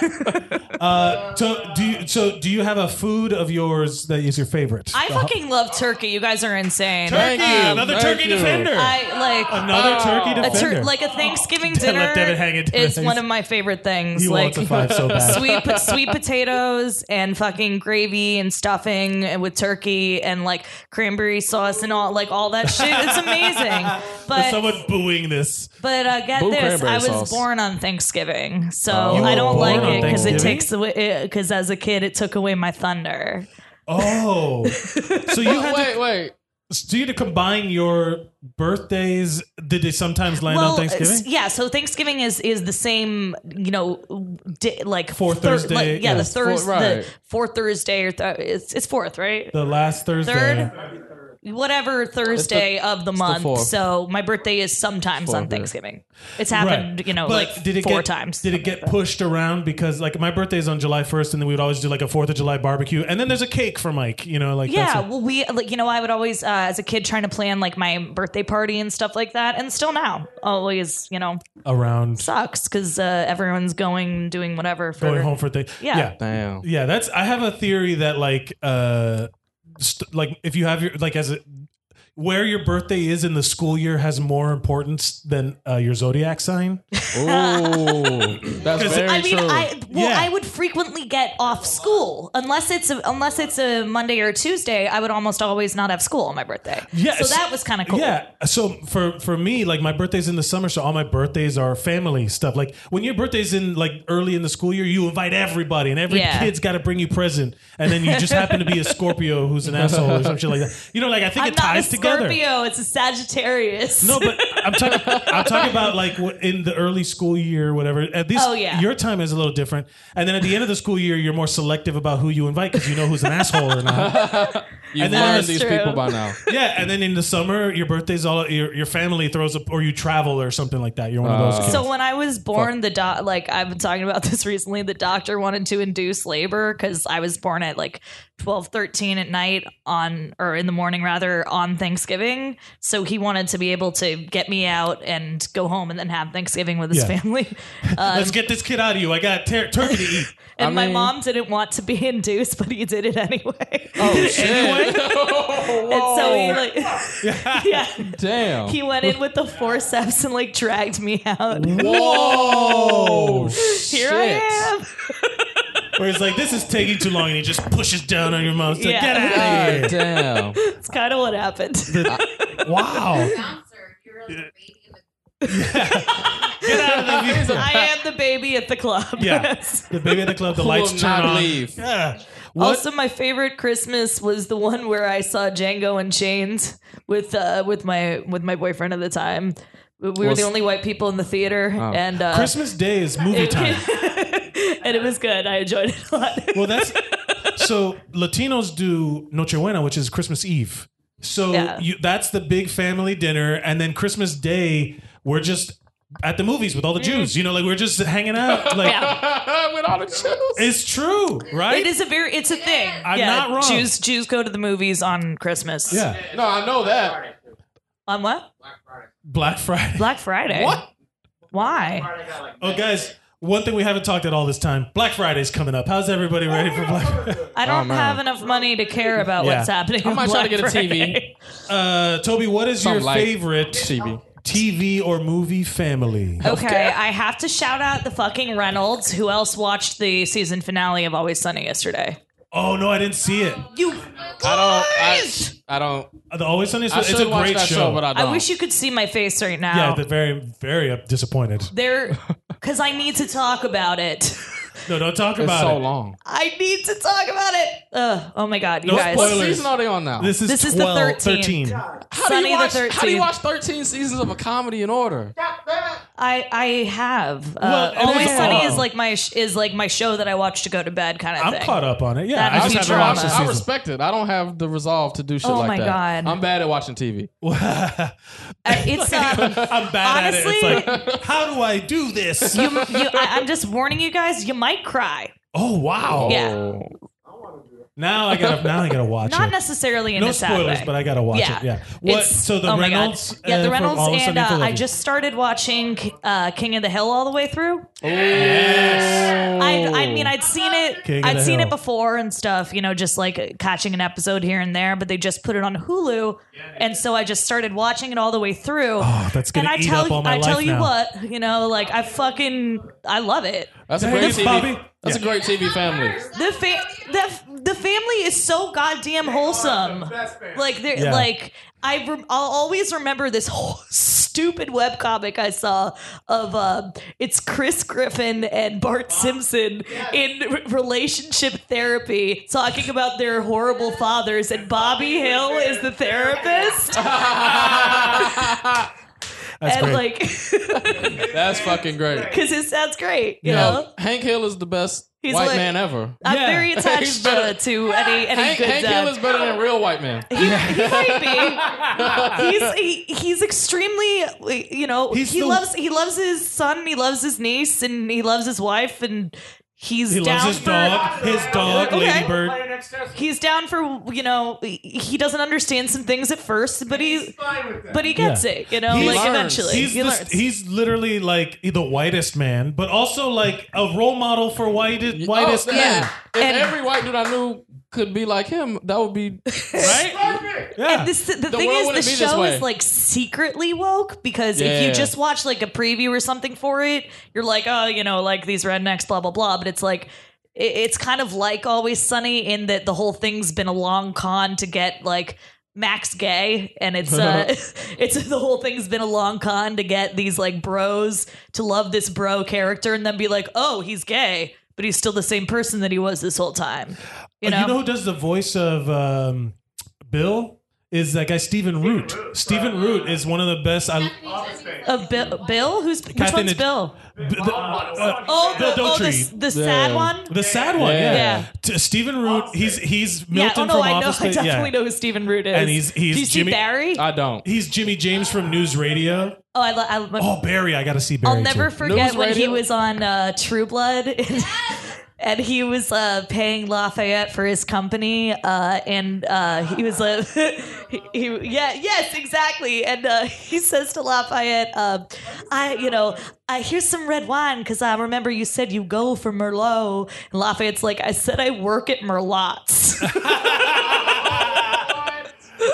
uh, so do you, so do you have a food of yours that is your favorite? I The- fucking love turkey. You guys are insane. Turkey! Um, Another turkey you. defender. I like oh, Another turkey a tur- defender. like a Thanksgiving Let dinner Devin hang it. is one of my favorite things. He like wants a five so bad. *laughs* sweet po- sweet potatoes and fucking gravy and stuffing and with turkey and like cranberry sauce and all like all that shit. It's *laughs* amazing. There's But someone booing this. But uh, get Boo this, cranberry I was sauce. born on Thanksgiving, so Oh. You I don't were like born on it because it Thanksgiving? takes away. Because as a kid, it took away my thunder. Oh, so you had wait, to, wait. So you had to combine your birthdays. Did they sometimes land on s- Thanksgiving? yeah. So Thanksgiving is is the same, you know, di- like For thir- Thursday, like, yeah, the yes. For- Thursday, right. the fourth Thursday or th- it's it's fourth, right? The last Thursday. Third? whatever Thursday of the month. fourth. so my birthday is sometimes on Thanksgiving. It's happened, Right. you know, But like did it four get, times. Did it get pushed around because like my birthday's on July first, and then we would always do like a Fourth of July barbecue, and then there's a cake for Mike. You know, like yeah, That's it. well, we like you know I would always uh, as a kid trying to plan like my birthday party and stuff like that, and still now always you know around sucks because uh, everyone's going doing whatever for going home for things. Yeah. yeah, Damn. yeah. That's I have a theory that like uh, st- like if you have your like as a where your birthday is in the school year has more importance than uh, your zodiac sign. Oh, *laughs* that's 'Cause- very I mean, true. I well, Yeah. I would frequently get off school unless it's a, unless it's a Monday or Tuesday. I would almost always not have school on my birthday. Yeah, so that was kind of cool. Yeah. So for for me, like my birthday's in the summer, so all my birthdays are family stuff. Like when your birthday's in like early in the school year, you invite everybody, and every Yeah. kid's got to bring you present, and then you just happen to be a Scorpio who's an asshole or some shit like that. You know, like I think I'm it not a ties together. Scorpio; it's a Sagittarius. No, but I'm talking. I'm talking about like what- in the early school year, whatever. At least Oh, yeah. your time is a little different. And then at the end of the school year, you're more selective about who you invite because you know who's an asshole or not. *laughs* You've And then- learned these people by now. *laughs* yeah, and then in the summer, your birthday's all your, your family throws up, or you travel or something like that. You're one of those. Uh, kids. So when I was born, the doc, like I've been talking about *laughs* this recently, the doctor wanted to induce labor because I was born at like 12, 13 at night on, or in the morning rather, on Thanksgiving. So he wanted to be able to get me out and go home and then have Thanksgiving with his Yeah. *laughs* family. Um, Let's get this kid out of you. I got ter- turkey to eat. *laughs* and my mom didn't want to be *laughs* induced, but he did it anyway. *laughs* Oh, shit. and so he like, yeah. Oh. Damn. He went in with the forceps and like dragged me out. Whoa! *laughs* Here I am. *laughs* Where it's like, this is taking too long, and he just pushes down on your mom. It's like, Yeah. get out of here. Damn. It's kind of what happened. *laughs* *laughs* Wow. I am the baby at the club. *laughs* Yeah. Yes. The baby at the club, the Who lights will turn not on. leave. Yeah. What? Also, my favorite Christmas was the one where I saw Django and Chains with uh, with my with my boyfriend at the time. We we were Was- the only white people in the theater, Oh. and uh, Christmas Day is movie time. *laughs* and it was good. I enjoyed it a lot. well, that's so Latinos do Nochebuena, which is Christmas Eve. So Yeah. you, that's the big family dinner, and then Christmas Day, we're just at the movies with all the Mm. Jews. You know, like we're just *laughs* hanging out. Like *laughs* With all the chills. it's true, right? It is a very it's a thing. I'm Yeah, not wrong. Jews Jews go to the movies on Christmas. Yeah. No, I know that. On what? Black Friday. Black Friday. What? Why? Oh, guys, one thing we haven't talked at all this time: Black Friday's coming up. How's everybody ready for Black? I Oh, don't man. have enough money to care about Yeah. what's happening. I on might try to Black get a TV. *laughs* Friday. Uh, Toby, what is Something your like favorite TV. TV or movie family? Okay, I have to shout out the fucking Reynolds, who else watched the season finale of Always Sunny yesterday. Oh no, I didn't see it. Uh, You I don't. I, I don't. The Always Sunny. Is, I it's should a watch great that show, but I I, don't. wish you could see my face right now. Yeah, they're very, very up- disappointed. *laughs* They're because I need to talk about it. *laughs* No, don't talk It's about so it. long. I need to talk about it. Ugh, oh my god, you *laughs* No guys. What Spoilers. season are they on now? This is This is the 12, 13. 13. How do, Sunny you the watch, how do you 13th. watch 13 seasons of a comedy in order? I I have. Uh, Well, it Always is- Sunny oh. is like my sh- is like my show that I watch to go to bed kind of I'm thing. caught up on it. Yeah, That I is just haven't drama. watched the I season. respect it. I don't have the resolve to do shit Oh like my that. God. I'm bad at watching *laughs* TV. Uh, it's um, I'm bad at it. honestly- It's like, how do I do *laughs* this? you, you I, I'm just warning you guys. You might cry. oh wow! Yeah. Oh. Now I gotta now I gotta watch Not it. necessarily in No a sad spoilers, way. but I gotta watch it. Yeah. What? It's- so the oh my God. Reynolds. Yeah, uh, the from Reynolds, Always and Sunny in uh, I Philadelphia. just started watching uh, King of the Hill all the way through. Yes. I, I mean, I'd seen it, King of I'd the seen Hill. it before and stuff. You know, just like catching an episode here and there. But they just put it on Hulu, and so I just started watching it all the way through. Oh, that's gonna and I eat tell up all my I tell life you now. what, you know, like I fucking I love it. That's a great Thanks, TV. Bobby. That's a great TV family. The fa- the the family is so goddamn wholesome. like they're Yeah. like I rem- I'll always remember this *laughs* whole stupid webcomic I saw of uh, it's Chris Griffin and Bart Simpson in re- relationship therapy talking about their horrible fathers and Bobby Hill is the therapist *laughs* That's and great. like That's fucking great. cuz it sounds great you Yeah. know Hank Hill is the best He's white like- man ever. I'm Yeah. very *laughs* He's attached better- uh, to any any Hank, good. Hank uh, Hill is better than real white man. *laughs* he *laughs* might be. He's he, he's extremely like, you know He's he the- loves he loves his son, he loves his niece, and he loves his wife, and he's He down loves his for dog. His dog, Okay. Ladybird. He's down for you know he doesn't understand some things at first, but he but he gets Yeah. it you know He like learns. eventually He's, he the- learns. he's literally like the whitest man, but also like a role model for whitest whitest Oh, men. If every white dude I knew could be like him, that would be right. And this, the, *laughs* The thing world is, wouldn't the be this show way. is like secretly woke because if Yeah. you just watch like a preview or something for it, you're like, oh, you know, like these rednecks, blah blah blah. But it's like, it, it's kind of like Always Sunny in that the whole thing's been a long con to get like Max gay, and it's *laughs* uh, *laughs* it's the whole thing's been a long con to get these like bros to love this bro character and then be like, oh, he's gay, but he's still the same person that he was this whole time. You Uh, know, who does the voice of um, Bill? Is that guy Stephen Root? Stephen Root is one of the best. I, Uh, Bill, Bill, who's which Captain one's Ad- Bill? oh, Bill the- oh, the- uh, Daughtry. the sad Yeah. one? The sad one. Yeah. Yeah. Yeah. T- Stephen Root. He's he's yeah, oh Milton no, from I know, *laughs* Office. I Space, yeah. definitely know who Stephen Root is. And he's he's Do you Jimmy see Barry? I don't. He's Jimmy James from News Radio. oh, I, lo- I love. Oh, Barry, I got to see Barry. I'll never too. forget when he was on uh, True Blood. *laughs* And- And he was uh, paying Lafayette for his company, uh, and uh, he was uh, *laughs* he, he, yeah, yes, exactly. And uh, he says to Lafayette, uh, "I, you know, I here's some red wine because I remember you said you go for Merlot." And Lafayette's like, "I said I work at *laughs* Merlot's." *laughs*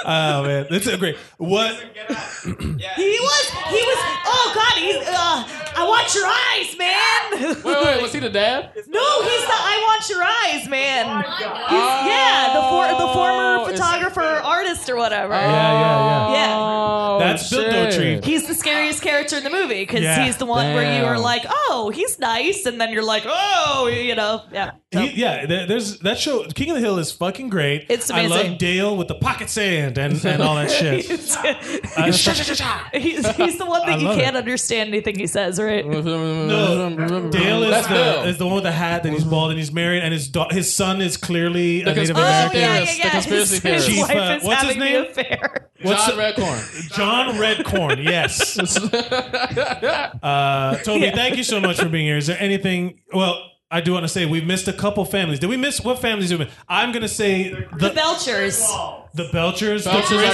Oh man, that's a great. What? *laughs* He was, he was. Oh God, he's. Uh, I want your eyes, man. Wait, wait, was he the dad? No, he's the I want your eyes, Oh man. He's- yeah, the for, the Oh, former is- photographer, artist, or whatever. yeah, yeah. Oh, Yeah. That's Bill Daughtry. He's the scariest character in the movie because Yeah. he's the one where you Damn. are like, oh, he's nice, and then you're like, oh, you know, yeah. He, yeah, there- there's that show. King of the Hill is fucking great. It's I love amazing. Dale with the pocket sand and, and *laughs* all that shit. he's, I- he's- he's the one *laughs* I that you love it. can't understand anything he says, right? *laughs* Mm-hmm. No, Dale is the, is the one with the hat and he's bald and he's married and his da- his son is clearly a Native conspiracy American. theorist, the Oh, Yeah, yeah, yeah. conspiracy His- his Chief, wife uh, is what's his having the name? John the- John *laughs* Redcorn. Yes. uh, Toby, Yeah. thank you so much for being here. Is there anything? Well, I do want to say we missed a couple families. Did we miss what families? Did we miss? I'm gonna say The the, Belchers. the Belchers, the Belchers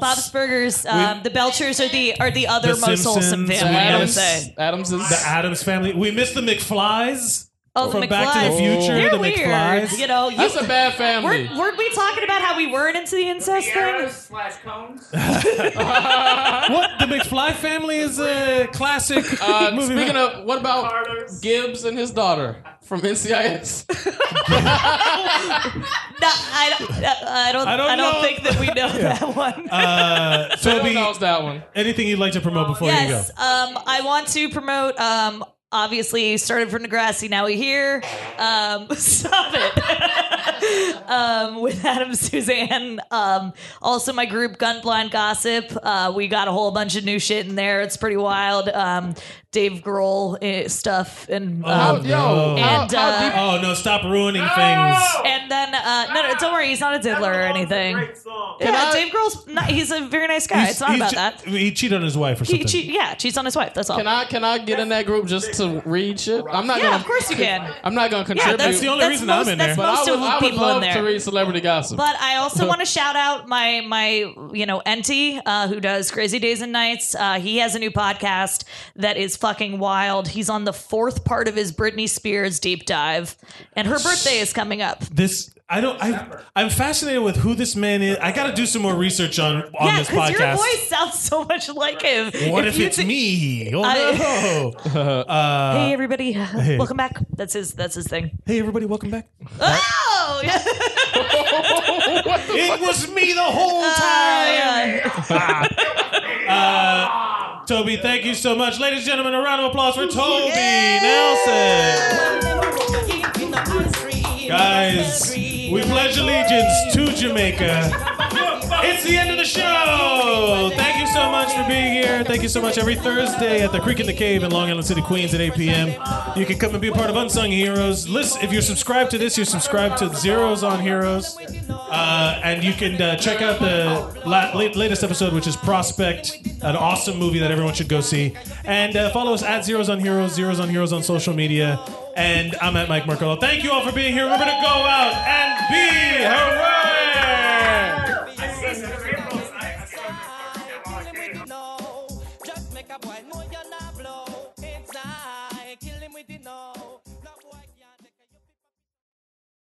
Bob's, Bob's Burgers. Um, the Belchers are the are the other the most wholesome Simpsons, family. we I would missed- say. the Adams family. We missed the McFlys. Oh, from the McFlys. Back to the Future, They're the weird. McFlys. You know, you, That's a bad family. Weren't, weren't we talking about how we weren't into the incest thing? *laughs* Slash cones. what the McFly family is a classic Uh, *laughs* movie. speaking of, what about Gibbs and his daughter from NCIS? No, I don't. I don't. I I don't don't, know. think that we *laughs* know that one. *laughs* uh, Toby, that one. Anything you'd like to promote before you go? yes, um, I want to promote. Um, obviously, started from Degrassi. Now we here. Um, *laughs* stop it. *laughs* um, with Adam Suzanne. Um, also, my group Gunblind Gossip. Uh, we got a whole bunch of new shit in there. It's pretty wild. Um, Dave Grohl eh, stuff and um, and uh, oh no! Stop ruining things. and then uh, no, no, don't worry, he's not a diddler or anything. Can Yeah, I- Dave Grohl's not, he's a very nice guy. it's not about che- that. He cheated on his wife or He, something. che- yeah, cheats on his wife. That's all. Can I can I get in that group just to read shit? I'm not Yeah, gonna. of course you can. I'm not gonna Yeah, contribute. that's- That's the only that's reason I'm most- in there. that's But I most would, of the I would people in love there. to read celebrity gossip. But I also want to shout out my my you know Enti uh, who does Crazy Days and Nights. Uh, he has a new podcast that is fucking wild. He's on the fourth part of his Britney Spears deep dive, and her birthday is coming up. This I don't. I, I'm fascinated with who this man is. I got to do some more research on on yeah, this podcast. your voice sounds so much like him. what if, you it's thi- me? Oh I- no! Uh, hey everybody, hey. welcome back. That's his. That's his thing. Hey everybody, welcome back. *laughs* Oh, yeah. *laughs* it was me the whole Uh, time. *laughs* uh, Toby, thank you so much, ladies and gentlemen. A round of applause for Toby Nelson. Guys, we pledge allegiance to Jamaica. It's the end of the show. Thank you so much. much for being here. Thank you so much. Every Thursday at the Creek in the Cave in Long Island City, Queens at 8 p.m. You can come and be a part of Unsung Heroes. Listen, if you're subscribed to this, you're subscribed to Zeros on Heroes. Uh, and you can uh, check out the la- late, latest episode, which is Prospect, an awesome movie that everyone should go see. And uh, follow us at Zeros on Heroes, Zeros on Heroes on social media. And I'm at Mike Mercola. Thank you all for being here. Remember to go out and be heroic.